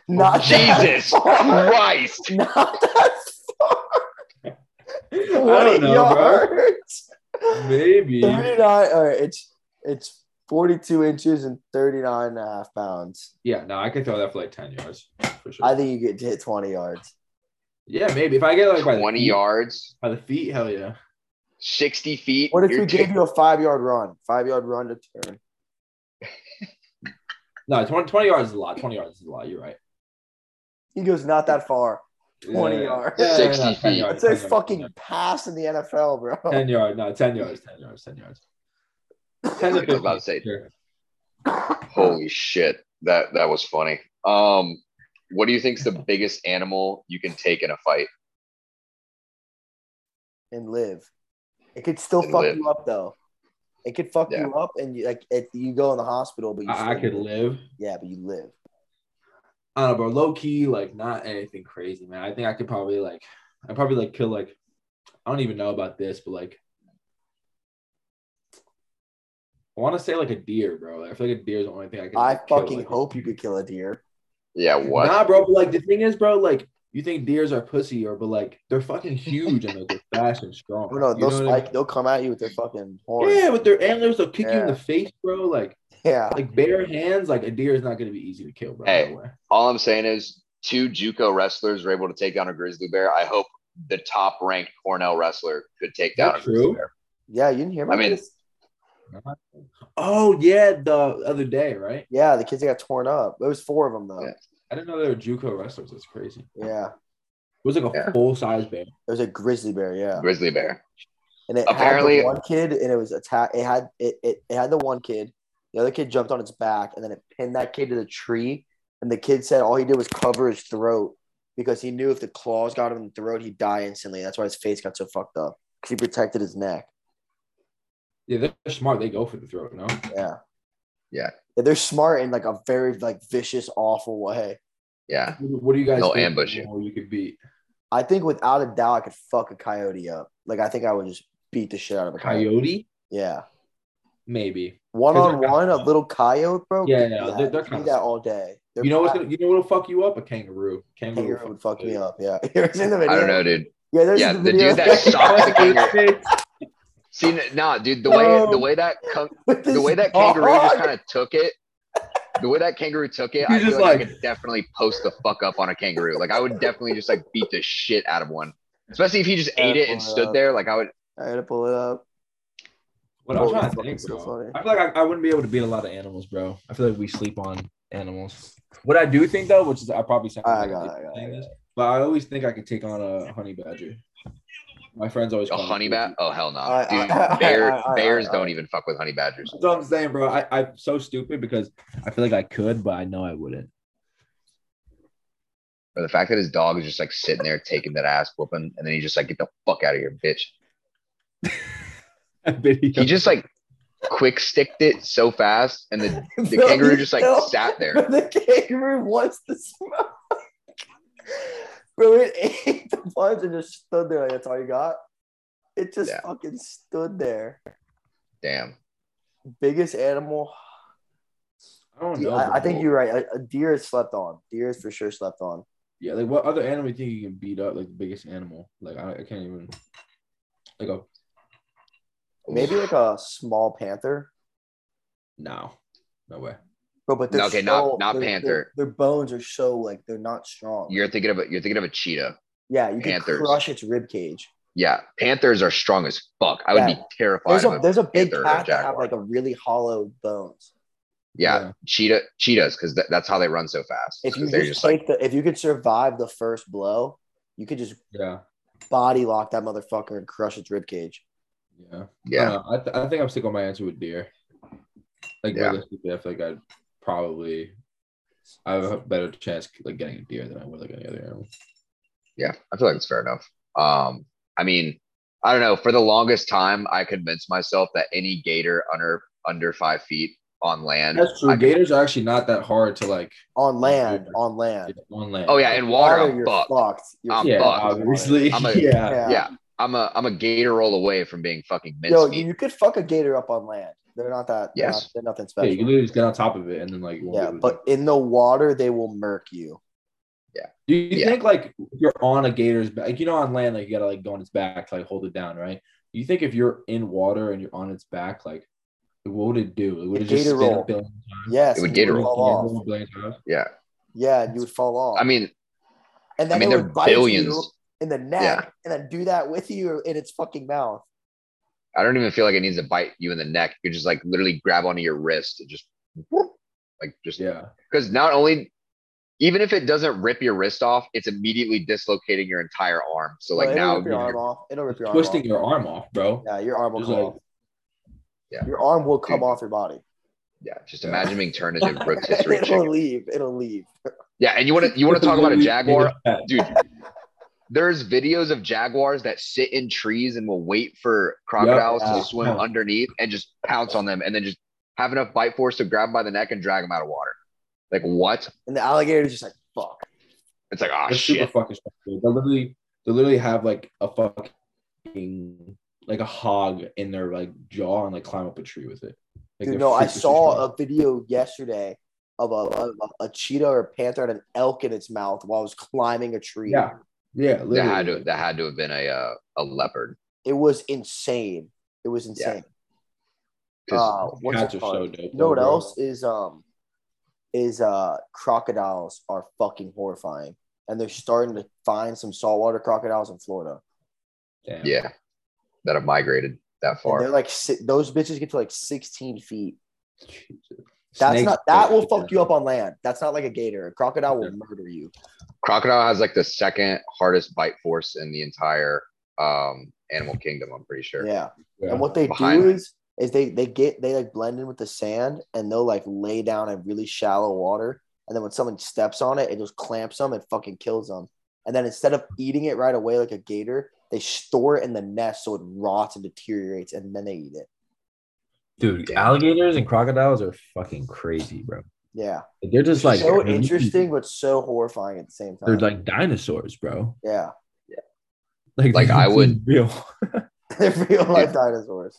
Not that Jesus far. Christ. Not that far. I don't know, yards. bro. Maybe. 39. All right, it's it's 42 inches and 39 and a half pounds. Yeah, no, I could throw that for like 10 yards for sure. I think you get to hit 20 yards. yeah, maybe. If I get like by the, 20 feet, yards, by the feet, hell yeah. 60 feet. What if you're we gave taking- you a five yard run? Five yard run to turn. No, 20, 20 yards is a lot. 20 yards is a lot. You're right. He goes not that far. 20 Yeah. yards. Yeah, yeah, yeah, 60 no, 10 feet. yards, That's a 10 yards, fucking pass in the NFL, bro. 10 yards. No, 10 yards. 10 yards. 10 yards. 10 to I was about to 15, say, sure. Holy shit, that that was funny. Um, what do you think's the biggest animal you can take in a fight? And live. It could still And fuck live. you up though. It could fuck Yeah. you up and you like it, you go in the hospital, but you I, I still could live. Yeah, but you live. I don't know, bro. Low key, like not anything crazy, man. I think I could probably like, I probably like kill like, I don't even know about this, but like, I want to say like a deer, bro. Like, I feel like a deer is the only thing I could. I like, kill, fucking like- hope you could kill a deer. Yeah, what? Nah, bro. But like the thing is, bro. Like you think deers are pussy, or but like they're fucking huge and like, they're fast and strong. Oh no, You know they'll what I spike. They'll come at you with their fucking mean? horns. Yeah, with their antlers, they'll kick you in Yeah. the face, bro. Like Yeah. like bare hands, like a deer is not gonna be easy to kill, bro. Hey. No way. All I'm saying is two JUCO wrestlers were able to take down a grizzly bear. I hope the top ranked Cornell wrestler could take down a That's grizzly true. bear. Yeah, you didn't hear about I mean- this? Oh yeah, the other day, right? Yeah, the kids that got torn up. It was four of them though. Yeah. I didn't know they were JUCO wrestlers. That's crazy. It Yeah, was like a Yeah. full size bear. it was a grizzly bear. Yeah, Grizzly bear. and it Apparently- had the one kid, and it was attack. It had it, it. It had the one kid. The other kid jumped on its back, and then it pinned that kid to the tree. And the kid said all he did was cover his throat because he knew if the claws got him in the throat, he'd die instantly. That's why his face got so fucked up because he protected his neck. Yeah, they're smart. They go for the throat, no? Yeah. Yeah. They're smart in like a very like vicious, awful way. Yeah. What do you guys They'll think ambush you. oh, you could beat I think without a doubt, I could fuck a coyote up. Like I think I would just beat the shit out of a coyote. coyote? Yeah, Maybe. one They're on one, a kinda- little coyote, bro. Yeah, could do yeah, that. they're- they're Could do kinda that all day. They're you know what's fat. gonna, you know what'll fuck you up? A kangaroo. Kangaroo, kangaroo would fuck me you up. Yeah, it was in the video. I don't know, dude. Yeah, there's Yeah, the the video dude that socked the kangaroo. It's- See, nah, dude, the way the way that con- with the his way that Oh, kangaroo just dog. kind of took it, the way that kangaroo took it, He's I feel just like, I like- could definitely post the fuck up on a kangaroo. Like I would definitely just like beat the shit out of one, especially if he just ate it and uh, stood there. Like I would. I gotta pull it up. What I'm Oh, trying it's to fucking think, so bro. funny. I feel like I, I wouldn't be able to beat a lot of animals, bro. I feel like we sleep on animals. What I do think though, which is I probably sound I like got it, a dick I got saying it, I this, but I always think I could take on a honey badger. My friends always A call me honey Fuji. bat? Oh hell no, Alright, dude! alright, bear, alright, alright, bears alright. don't even fuck with honey badgers. That's what I'm saying, bro. I, I'm so stupid because I feel like I could, but I know I wouldn't. Or the fact that his dog is just like sitting there taking that ass whooping, and then he's just like, "Get the fuck out of here, bitch!" He just like quick sticked it so fast, and the, the kangaroo just like sat there. But the kangaroo wants to smoke. Bro, it ate the buns and just stood there like that's all you got. It just Yeah. fucking stood there. Damn. Biggest animal. I don't Yeah, know. I, I think bro. you're right. A, a deer is slept on. Deer is for sure slept on. Yeah, like what other animal do you think you can beat up? Like the biggest animal? Like I, I can't even. Like oh, a Maybe like a small panther. no, no way. Bro, but they're Okay, not- so, not their- their- panther. Their, bones are so like they're not strong. You're thinking of a you're thinking of a cheetah. yeah, you can Panthers. crush its rib cage. Yeah, panthers are strong as fuck. I would Yeah. be terrified There's of a a there's a big panther or a cat that have jaguar. like a really hollow bones. yeah, Yeah. cheetah cheetahs because that's how they run so fast. If you 'Cause they're just, just like take the if you could survive the first blow, you could just Yeah, body lock that motherfucker and crush its rib cage. yeah, yeah. Uh, I, th- I think I'm sick on my answer with deer. Like Yeah. realistically, I feel like I'd probably I have a better chance like getting a deer than I would like any other animal. yeah, I feel like it's fair enough. Um, I mean, I don't know. For the longest time, I convinced myself that any gator under under five feet on land. That's true. I- Gators are actually not that hard to like On land, Dude. on land. on land. oh yeah, and water, I'm you're fucked. fucked. You're I'm yeah, fucked. obviously, I'm a- yeah. Yeah. I'm a I'm a gator roll away from being fucking mincemeat. Yo, you, you could fuck a gator up on land. They're not that. They're, Yes. not, they're nothing Yeah, special. you literally just get on top of it and then like. you won't be yeah, able to- but in the water they will murk you. do you Yeah. think like if you're on a gator's back? Like you know, on land, like you gotta like go on its back to like hold it down, right? You think if you're in water and you're on its back, like what would it do? It would The it just gator spin roll. a billion times? Yes, It would and gator you roll. fall off. A billion times? yeah, Yeah, you would fall off. I mean, and I then mean, it they're would bite you billions. in the neck, Yeah. and then do that with you in its fucking mouth. I don't even feel like it needs to bite you in the neck. You just like literally grab onto your wrist and just whoop, like just Yeah, because not only even if it doesn't rip your wrist off, it's immediately dislocating your entire arm. So like Well, it'll now, rip your arm off. It'll rip your arm twisting off. your arm off, bro. Yeah, your arm will Just come like- off. Yeah. Your arm will come Dude. off your body. yeah, just Yeah. imagine being turned into rotisserie it'll chicken. leave. It'll leave. Yeah, and you want to you want to talk about a jaguar, dude? There's videos of jaguars that sit in trees and will wait for crocodiles yeah, to swim yeah. underneath and just pounce on them, and then just have enough bite force to grab them by the neck and drag them out of water. Like what? And the alligator is just like, fuck. It's like oh Ah, They're super shit. fucking strong. They literally, they literally have like a fucking like a hog in their like jaw and like climb up a tree with it. Like, Dude, they're no, I super saw strong. a video yesterday of a, of a, a cheetah or a panther had an elk in its mouth while it was climbing a tree. yeah, yeah, literally. That had to that had to have been a uh, a leopard. It was insane. It was insane. 'Cause- Uh, what's Cats it are called? so dope. You know what though, bro. else is um is uh crocodiles are fucking horrifying. And they're starting to find some saltwater crocodiles in Florida. Damn. yeah, that have migrated that And they're far. like si- those bitches get to like 16 feet. Jesus. That's Snakes not that are- will fuck you up on land. That's not like a gator. A crocodile will Yeah. murder you. Crocodile has like the second hardest bite force in the entire um, animal kingdom. I'm pretty sure. Yeah. Yeah. And what they Behind do it. is is they they get they like blend in with the sand and they'll like lay down in really shallow water. And then when someone steps on it, it just clamps them and fucking kills them. And then instead of eating it right away like a gator, they store it in the nest so it rots and deteriorates, and then they eat it. Dude, Damn. alligators and crocodiles are fucking crazy, bro. Yeah, They're just like so interesting but so horrifying at the same time. They're like dinosaurs, bro. yeah, Like, Like, I would- real. they're real life dinosaurs.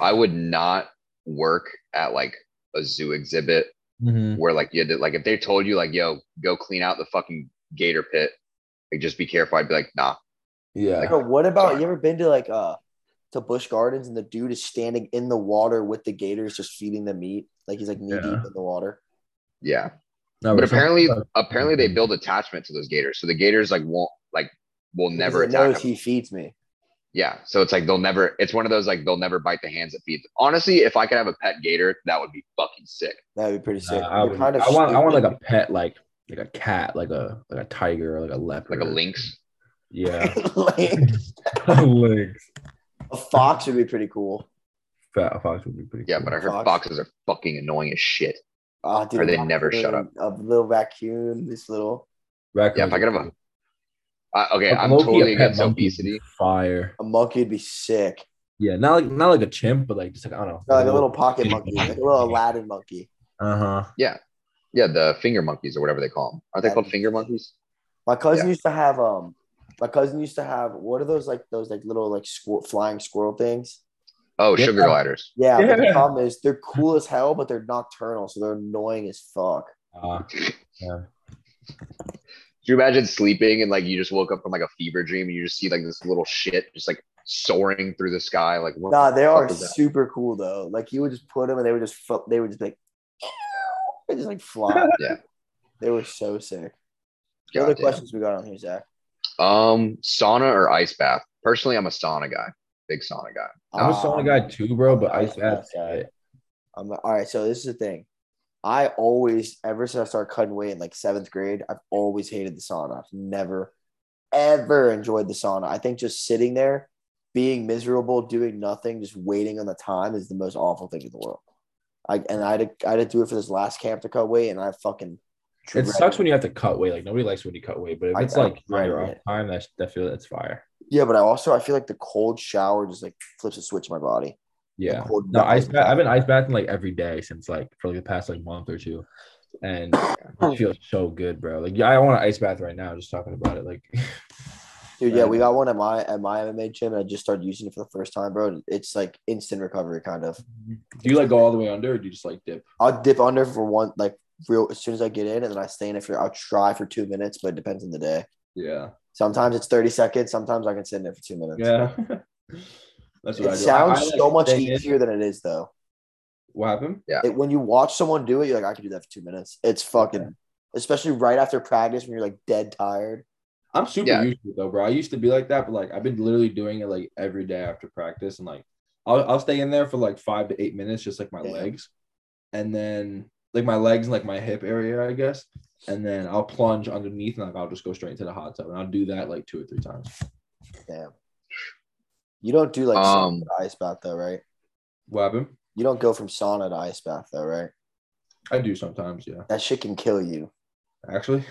I would not work at like a zoo exhibit Mm-hmm. Mm. where like you had to like if they told you like yo go clean out the fucking gator pit like just be careful I'd be like nah Yeah. Bro, what about Sorry. you ever been to like uh to Bush Gardens and the dude is standing in the water with the gators just feeding them meat? Like he's like knee Yeah. deep in the water. yeah No, but it's not- apparently apparently they build attachment to those gators so the gators like won't like will never Because he attack knows them. he feeds me. yeah so it's like they'll never it's one of those like they'll never bite the hands that feed them honestly if I could have a pet gator that would be fucking sick That'd be pretty sick. Nah, I, They're would- kind of I want I want like stupid. a pet like like a cat, like a like a tiger, or like a leopard. like a lynx Yeah. like, a lynx. a fox would be pretty cool. Fat fox would be pretty yeah cool. but I heard Fox. foxes are fucking annoying as shit Oh, dude, Or a they never shut raccoon, A little raccoon, this little Raccoons yeah if I could have a I, okay Like, I'm low-key, a totally pet against monkey would be obesity Fire. a monkey would be sick. Yeah, not like not like a chimp, but like just like I don't know, No, like a little pocket monkey, like a little Aladdin monkey. Uh huh. Yeah. Yeah, the finger monkeys or whatever they call them. Aren't they Yeah. called finger monkeys? My cousin Yeah. used to have um, my cousin used to have what are those like those like little like squir- flying squirrel things? Oh, Yeah. sugar gliders. Yeah, But the Yeah. problem is they're cool as hell, but they're nocturnal, so they're annoying as fuck. Uh, Could you imagine sleeping and like you just woke up from like a fever dream and you just see like this little shit just like soaring through the sky? Like, what Nah, they the fuck are is that? super cool though. Like you would just put them, and they would just fu- they would just be like, they just like fly. Yeah. they were so sick. What other Goddamn. questions we got on here, Zach? Um, sauna or ice bath? Personally, I'm a sauna guy. Big sauna guy. I'm a Um, Ah. sauna guy too, bro. But I'm I an ice bath guy. I'm all right. So this is the thing. I always, ever since I started cutting weight in like seventh grade, I've always hated the sauna. I've never, ever enjoyed the sauna. I think just sitting there, being miserable, doing nothing, just waiting on the time is the most awful thing in the world. I and I had to, I had to do it for this last camp to cut weight, and I fucking. it sucks when you have to cut weight. Like nobody likes when you cut weight, but if I- it's I like dread your off it. time, that's that feel that's fire. Yeah, but I also I feel like the cold shower just like flips a switch in my body. Yeah. cold No, bath. ice bath. I've been ice bathing like every day since like for like the past like month or two, and Oh. it feels so good, bro. Like yeah, I want an ice bath right now. Just talking about it, like Dude, yeah, we got one at my at my MMA gym. And I just started using it for the first time, bro. It's like instant recovery, kind of. Do you like go all the way under, or do you just like dip? I'll dip under for one, like real as soon as I get in, and then I stay in it for. I'll try for two minutes, but it depends on the day. Yeah, Sometimes it's thirty seconds. Sometimes I can sit in it for two minutes. yeah. That's It I do. sounds I- I, like, so much thing is- easier than it is, though. What happened? It, when you watch someone do it, you're like, I can do that for two minutes. It's fucking, especially right after practice when you're like dead tired. I'm super Yeah. used to it though, bro. I used to be like that, but like I've been literally doing it like every day after practice, and like I'll, I'll stay in there for like five to eight minutes, just like my Yeah. legs, and then like my legs and like my hip area, I guess, and then I'll plunge underneath, and like I'll just go straight into the hot tub, and I'll do that like two or three times. Damn. You don't do like Uh. Um, sauna to ice bath though, right? What happened? You don't go from sauna to ice bath though, right? I do sometimes, yeah. That shit can kill you. Actually,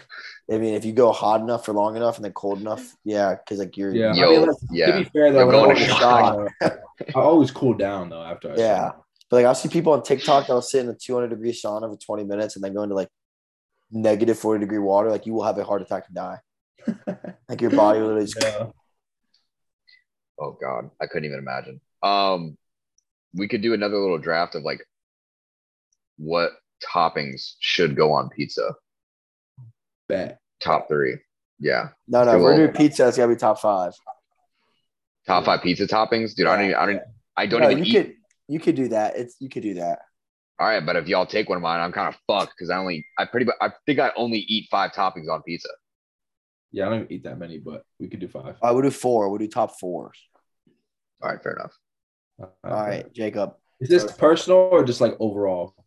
I mean, if you go hot enough for long enough and then cold enough, yeah, because like you're yeah. Yo, I mean, like, yeah. To be fair though, Yo, when go I on a was shot. young, I always cool down though after. I Yeah. But like I'll see people on TikTok that'll sit in a 200 degree sauna for 20 minutes and then go into like negative 40 degree water. Like you will have a heart attack and die. Like your body will just yeah. Oh God, I couldn't even imagine. Um, we could do another little draft of like what toppings should go on pizza. Bet. Top three. Yeah. no no. It If we're will. doing pizza. It's gotta be top five. Top five pizza toppings. Dude, I don't even I don't I don't No, even you eat. could you could do that. It's you could do that. All right, but if y'all take one of mine, I'm kind of fucked because I only I pretty much I think I only eat five toppings on pizza. Yeah, I don't even eat that many, but we could do five. I would do four. We'll do top four. All right, fair enough. All right, Jacob. Is this personal or just like overall?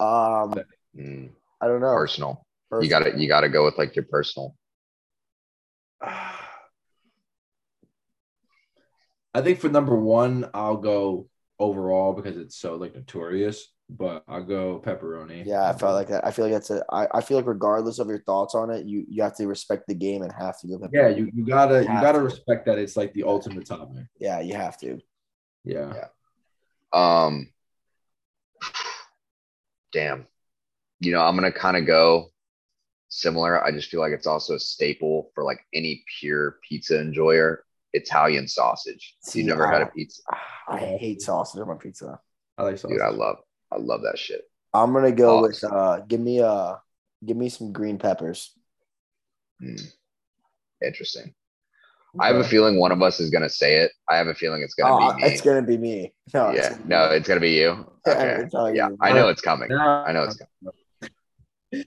Um, Mm, I don't know. personal. First- You got to You got to go with like your personal. I think for number one, I'll go overall because it's so like notorious, but I'll go pepperoni. Yeah, I felt like that. I feel like that's a. I, I feel like regardless of your thoughts on it, you you have to respect the game and have to give it. Yeah, you, you gotta you Have gotta to. respect that it's like the ultimate topping. yeah, you have to. Yeah. Um, damn. You know, I'm gonna kind of go similar. I just feel like it's also a staple for like any pure pizza enjoyer. Italian sausage. See, You never had a I- pizza, Ah, I hate sausage on my pizza. I like sauce. dude? I love. I love that shit. I'm gonna go with Awesome. uh give me uh give me some green peppers. Mm. Interesting. I have a feeling one of us is gonna say it. I have a feeling it's gonna Oh, be me. it's gonna be me. No, it's yeah, gonna be no, me. it's gonna be you. Okay. It's all Yeah, you. I know it's coming. I I know it's coming.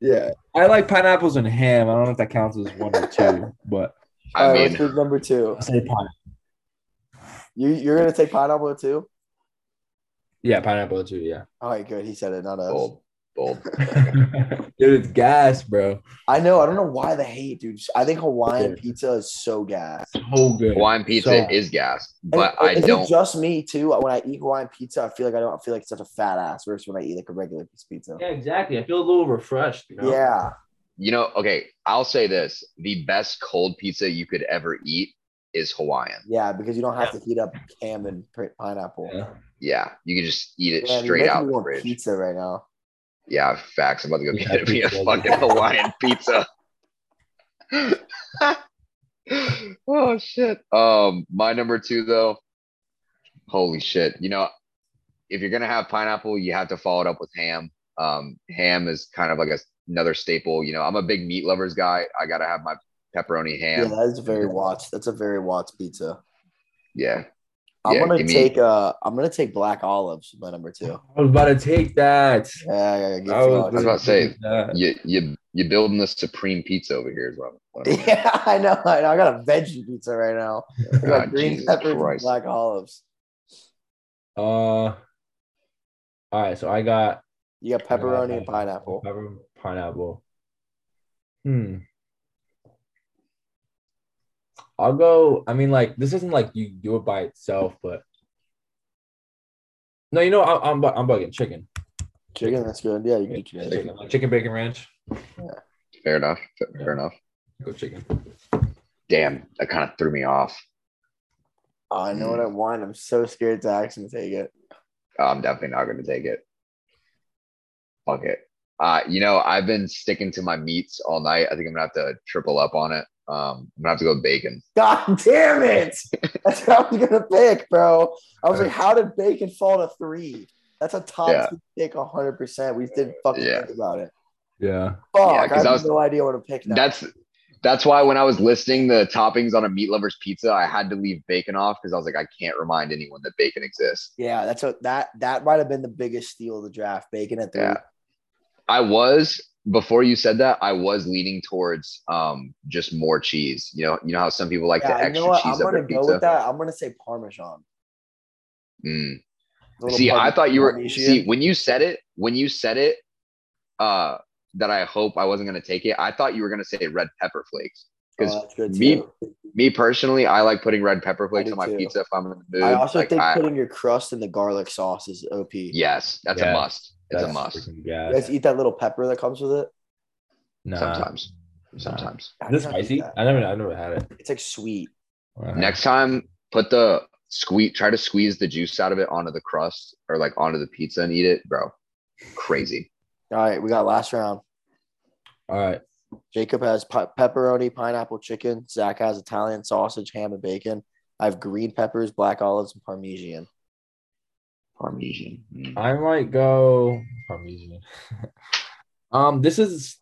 yeah. I like pineapples and ham. I don't know if that counts as one or two, but I All right, mean, let's do number two. I say pineapple. You you're gonna take pineapple too? Yeah, pineapple too. Yeah. All right, good. He said it, not us. bold, bold. Dude, it's gas, bro. I know. I don't know why the hate, dude. I think Hawaiian Okay. pizza is so gas. So good. Hawaiian pizza So- is gas, And but I i- is it don't. just me too? When I eat Hawaiian pizza, I feel like I don't feel like such a fat ass. Versus when I eat like a regular piece of pizza. Yeah, exactly. I feel a little refreshed. You know? Yeah, You know, okay, I'll say this: the best cold pizza you could ever eat is Hawaiian. Yeah, because you don't have to heat up ham and pri- pineapple. Yeah. Yeah, you can just eat it Yeah, you're straight making out me the want fridge. Pizza right now. Yeah, facts. I'm about to go Yeah, get me a pizza. fucking Hawaiian pizza. oh shit. Um, my number two though. Holy shit. You know, if you're gonna have pineapple, you have to follow it up with ham. Um, ham is kind of like a, another staple. You know, I'm a big meat lovers guy. I gotta have my pepperoni Yeah, ham. Yeah. that is very Watts. That's a very Watts pizza. I'm Yeah, gonna give me- take uh I'm gonna take black olives as my number two. I was about to take that. Yeah, yeah, yeah, give me I was, was olives. about to say, take that. You you you're building the supreme pizza over here is what I'm- what I'm. yeah, I know. I know. I got a veggie pizza right now. I got God, green Jesus peppers and Christ. black olives. Uh, all right, so I got You got pepperoni and Uh, pineapple. pepper, pineapple. Hmm. I'll go. I mean, like this isn't like you do it by itself, but no, you know, I, I'm bu- I'm bugging chicken, Chicken, that's good. Yeah, you can do chicken. chicken, like chicken bacon ranch. Fair enough. Fair enough. Go chicken. Damn, that kind of threw me off. Oh, I know what I want. I'm so scared to actually take it. I'm definitely not going to take it. Fuck it. Uh, you know, I've been sticking to my meats all night. I think I'm gonna have to triple up on it. Um, I'm gonna have to go with bacon. God damn it! That's what I was gonna pick, bro. I was like, how did bacon fall to three? That's a top Yeah. two pick, 100. percent We didn't fucking Yeah. think about it. Yeah. Fuck, Yeah, I 'cause have I was- no idea what to pick. Now. That's that's why when I was listing the toppings on a meat lover's pizza, I had to leave bacon off because I was like, I can't remind anyone that bacon exists. yeah, that's what that that might have been the biggest steal of the draft. Bacon at three. Yeah. I was before you said that, I was leaning towards um just more cheese. You know, you know how some people like Yeah, the you extra know what? I'm cheese up gonna their go pizza. with that. I'm gonna say Parmesan. Mm. A little See, I Parmesan thought you were Parmesan. see when you said it, when you said it, uh that I hope I wasn't gonna take it. I thought you were gonna say red pepper flakes. Oh, 'cause that's good me- too. Me personally, I like putting red pepper flakes do on my too. pizza if I'm in the mood. I also uh, Like, think I- putting your crust in the garlic sauce is OP. Yeah. yes, that's Yeah, a must. It's a that's must. freaking You gas. guys eat that little pepper that comes with it. Nah. Sometimes. Sometimes. I Is this do not eat spicy? that. I never I never had it. It's like sweet. Wow. Next time, put the squeeze try to squeeze the juice out of it onto the crust or like onto the pizza and eat it, bro. Crazy. All right, we got last round. All right. Jacob has pi- pepperoni, pineapple chicken. Zach has Italian sausage, ham, and bacon. I have green peppers, black olives, and parmesan. Parmesan. Mm. I might go Parmesan. um, this is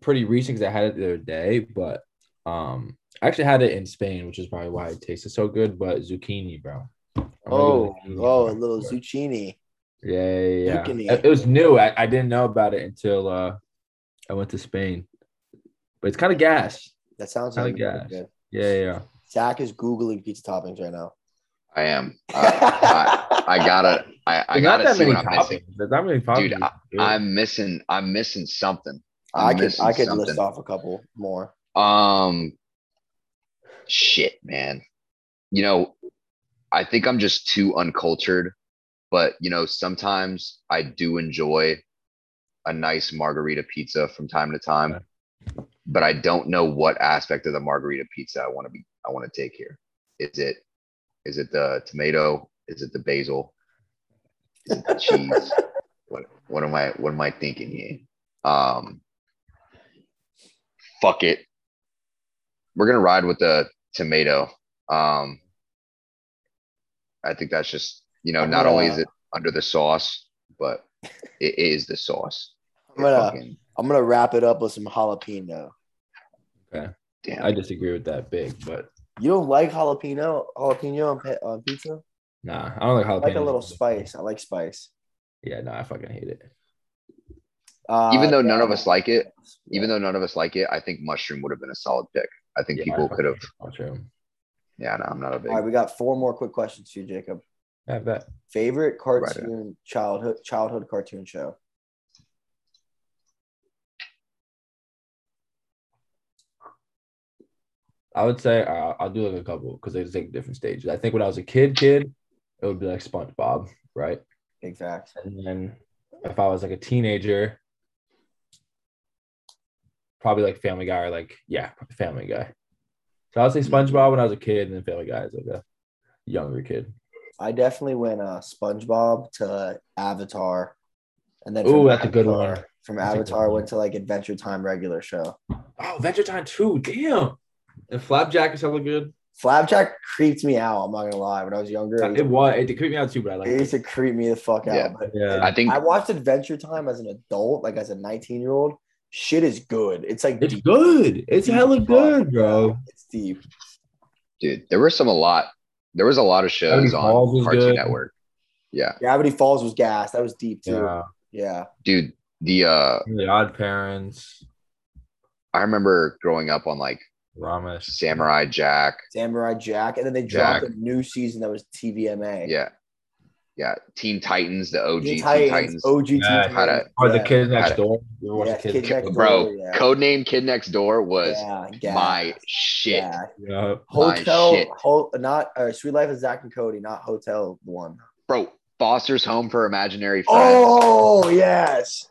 pretty recent because I had it the other day, but um, I actually had it in Spain, which is probably why it tasted so good. But zucchini, bro. I'm gonna Oh, go zucchini oh, for a little sure. zucchini. Yeah, yeah, yeah. zucchini. It, it was new. I, I didn't know about it until uh, I went to Spain. But it's kind of gas. That sounds I like guess. good. Yeah, yeah. yeah. Zach is googling pizza toppings right now. I am. Uh, I, I, I gotta I, I There's gotta not that see many what I'm missing. toppings. There's not many toppings. Dude, I'm missing. I'm missing something. I'm I could missing I could list something. off a couple more. Um, shit, man. You know, I think I'm just too uncultured, but you know, sometimes I do enjoy a nice margarita pizza from time to time. But I don't know what aspect of the margarita pizza I want to be. I want to take here. Is it? Is it the tomato? Is it the basil? Is it the cheese? What? What am I? What am I thinking here? Um, fuck it. We're gonna ride with the tomato. Um, I think that's just you know not only is it under the sauce, but it is the sauce. I'm gonna Fucking- I'm gonna wrap it up with some jalapeno. damn. I disagree with that big, but You don't like jalapeno jalapeno on, pe- on pizza? Nah, I don't like I jalapeno. like a little spice. I like spice. Yeah, no, I fucking hate it. Uh, even though none of yeah. us like it, Yeah. even though none of us like it, I think mushroom would have been a solid pick. I think Yeah, I people fucking could have. hate mushroom. Yeah, no, I'm not a big. All right, we got four more quick questions to you, Jacob. I have that. Favorite cartoon childhood childhood cartoon show? I would say uh, I'll do like a couple because they just take different stages. I think when I was a kid, kid, it would be like SpongeBob, right? Big facts. And then if I was like a teenager, probably like Family Guy or like yeah, Family Guy. So I would say SpongeBob when I was a kid, and then Family Guy as like a younger kid. I definitely went uh, SpongeBob to Avatar, and then Ooh, from that's a good Avatar- one. From That's a good Avatar, one. went to like Adventure Time regular show. Oh, Venture Time too. Damn. And Flapjack is hella good. Flapjack creeped me out. I'm not gonna lie. When I was younger, it It was. It creeped me out too, but I like. used to creep me the fuck out. Yeah. But Yeah. I think I watched Adventure Time as an adult, like as a 19 year old. Shit is good. It's like It's good. It's deep hella as fuck. good, bro. It's deep. dude, there were some a lot. There was a lot of shows Gravity Falls on was Cartoon good. Network. Yeah, Gravity Falls was gas. That was deep too. Yeah. Yeah. dude. The uh, The Odd Parents, I remember growing up on like Ramesh. Samurai Jack. Samurai Jack, and then they dropped a new season that was TVMA. Yeah, yeah. Teen Titans, the OG Teen Teen Titans, Titans. OG Teen Yeah. Titans. Had a- Or the Yeah. Kid Next Got it. Door. You watch Yeah, the Kid Kid Next Next Bro, Yeah. codename Kid Next Door was yeah, gas. my shit. Yeah. Yeah. My Hotel, shit. ho- not uh, Sweet Life of Zach and Cody, not Hotel One. Bro, Foster's Home for Imaginary Friends. Oh yes,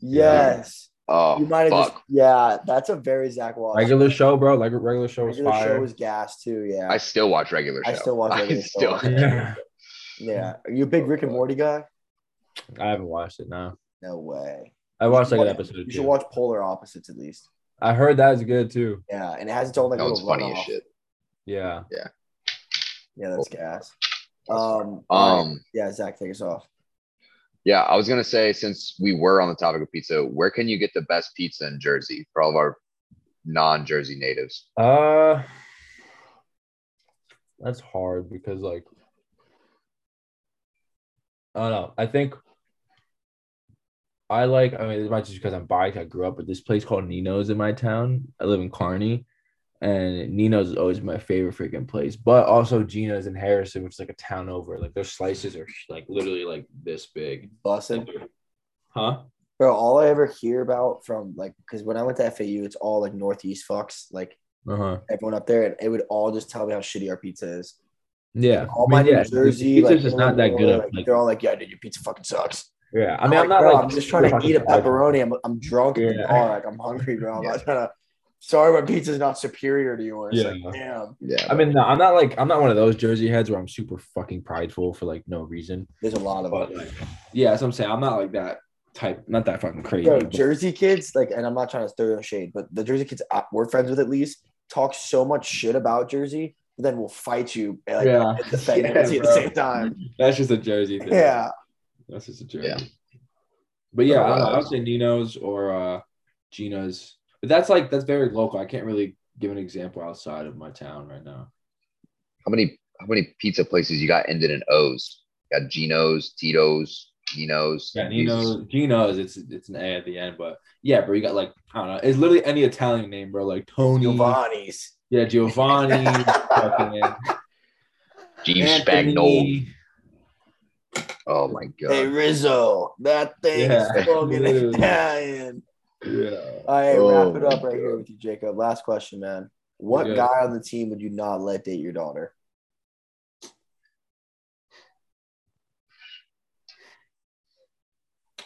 yes. Oh, You might have fuck. just yeah. That's a very Zach Walsh. Regular show, bro. Like regular show was Regular fire. show was gas too. Yeah, I still watch regular show. I still watch Regular I still. Show. yeah. yeah. Are you a big Rick and Morty guy? I haven't watched it now. No way. I watched like an You episode. or You two. should watch Polar Opposites at least. I heard that is good too. Yeah, and it has its own like That one's little funny as runoff. shit. Yeah. Yeah, that's gas. Um, alright. Um, yeah, Zach, take us off. yeah, I was gonna say since we were on the topic of pizza, where can you get the best pizza in Jersey for all of our non-Jersey natives? Uh that's hard because like I don't know. I think I like I mean it might just because I'm biased. I grew up with this place called Nino's in my town. I live in Kearney and Nino's is always my favorite freaking place. But also Gina's in Harrison, which is like a town over. Like their slices are like literally like this big. Bussin. Huh? Bro, all I ever hear about from like, because when I went to FAU, it's all like Northeast fucks, like Uh-huh. everyone up there, and it would all just tell me how shitty our pizza is. Yeah. All I mean, my yeah, New Jersey, pizza's like, just not that good. Illinois, up, like, like, they're all like, "Yeah, dude, your pizza fucking sucks." Yeah, I mean, I'm not bro, like I'm just trying to eat a pepperoni. I'm, I'm drunk at the Yeah. bar. Like, I'm hungry, bro. I'm Yeah. not trying to. Sorry, my pizza's not superior to yours. Yeah. Like, damn. Yeah, I mean, no, I'm not like I'm not one of those Jersey heads where I'm super fucking prideful for like no reason. There's a lot of But them. like, yeah, that's what I'm saying. I'm not like that type. Not that fucking crazy. Bro, but- Jersey kids, like, and I'm not trying to throw no shade, but the Jersey kids I- we're friends with at least talk so much shit about Jersey, but then will fight you eh, like, yeah, at the same, Yeah, at the bro. same time. that's just a Jersey thing. Yeah. that's just a Jersey. Yeah. But yeah, I, don't know. Uh, I would say Nino's or uh Gina's, but that's like that's very local. I can't really give an example outside of my town right now. how many how many pizza places you got ended in O's? You got Geno's, Tito's, Nino's. Yeah, Jesus. Nino's, Gino's. It's it's an A at the end, but yeah, bro, you got like I don't know. It's literally any Italian name, bro. Like Tony. Giovanni's. Yeah, Giovanni. fucking Jeeves Anthony. Spagnol. Oh my Hey, god. Rizzo, that thing's Yeah. fucking Literally. Italian. Yeah. All right, Oh wrap it my up right here with you, Jacob. Last question, man. What Yeah. guy on the team would you not let date your daughter?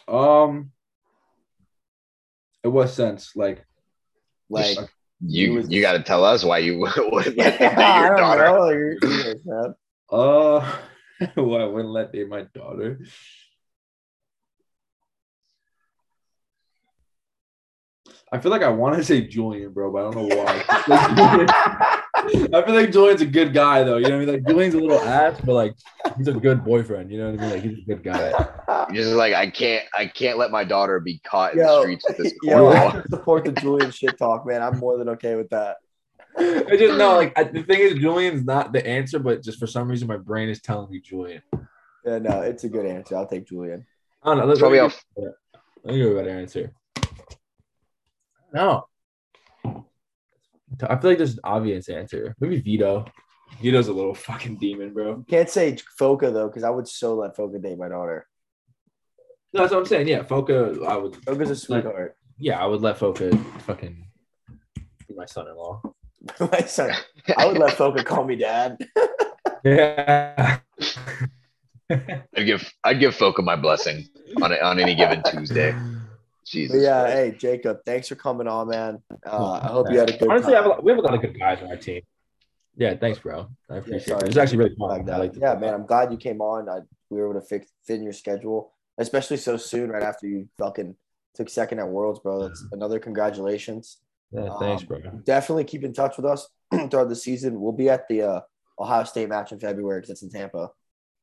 Um. In what sense? Like, Like, he You was- you got to tell us why you would let them date I your don't daughter. know. You're serious, man. uh, well, I wouldn't let date my daughter. I feel like I want to say Julian, bro, but I don't know why. I feel like Julian's a good guy, though. You know what I mean? Like Julian's a little ass, but like he's a good boyfriend. You know what I mean? Like he's a good guy. You're just like I can't I can't let my daughter be caught in the Yo, streets with this Yo, I cornball. can support the Julian shit talk, man. I'm more than okay with that. I just no, like I, the thing is, Julian's not the answer, but just for some reason, my brain is telling me Julian. Yeah, no, it's a good answer. I'll take Julian. I don't know. Let's Throw me let me off. give- let me give a better answer. No, I feel like there's an obvious answer. Maybe Vito. Vito's a little fucking demon, bro. Can't say Foca though, because I would so let Foca date my daughter. No, that's what I'm saying. Yeah, Foca. I would. Foca's a sweetheart. Yeah, I would let Foca fucking be my son-in-law. my son, I would let Foca call me dad. Yeah. I'd give I'd give Foca my blessing on a- on any given Tuesday. But Jesus. yeah, Christ. hey Jacob, thanks for coming on, man. Uh, I hope you had a good. Honestly, I time. have a lot, we have a lot of good guys on our team. Yeah, thanks, bro. I appreciate sorry. it. It was actually really Like fun. I that. liked it. yeah, man, I'm glad you came on. I, we were able to fit, fit in your schedule, especially so soon, right after you fucking took second at Worlds, bro. That's another congratulations. Yeah, thanks, Um, bro. Definitely keep in touch with us throughout the season. We'll be at the uh, Ohio State match in February because it's in Tampa,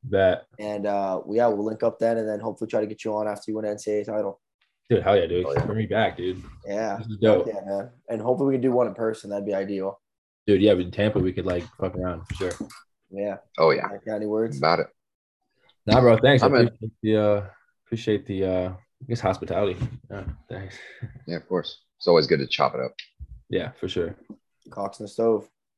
That and uh, yeah, we'll link up then, and then hopefully try to get you on after you win NCAA title. dude, hell yeah, dude. Oh, yeah. Bring me back, dude. Yeah, This is dope. yeah, man, and hopefully we can do one in person. That'd be ideal. Dude, yeah, but in Tampa we could like fuck around for sure. Yeah. Oh yeah, Got any words? about it. Nah, bro, thanks. I I'm in. appreciate the uh appreciate the uh I guess hospitality. Yeah, thanks. Yeah, of course. It's always good to chop it up. Yeah, for sure. Cox in the stove.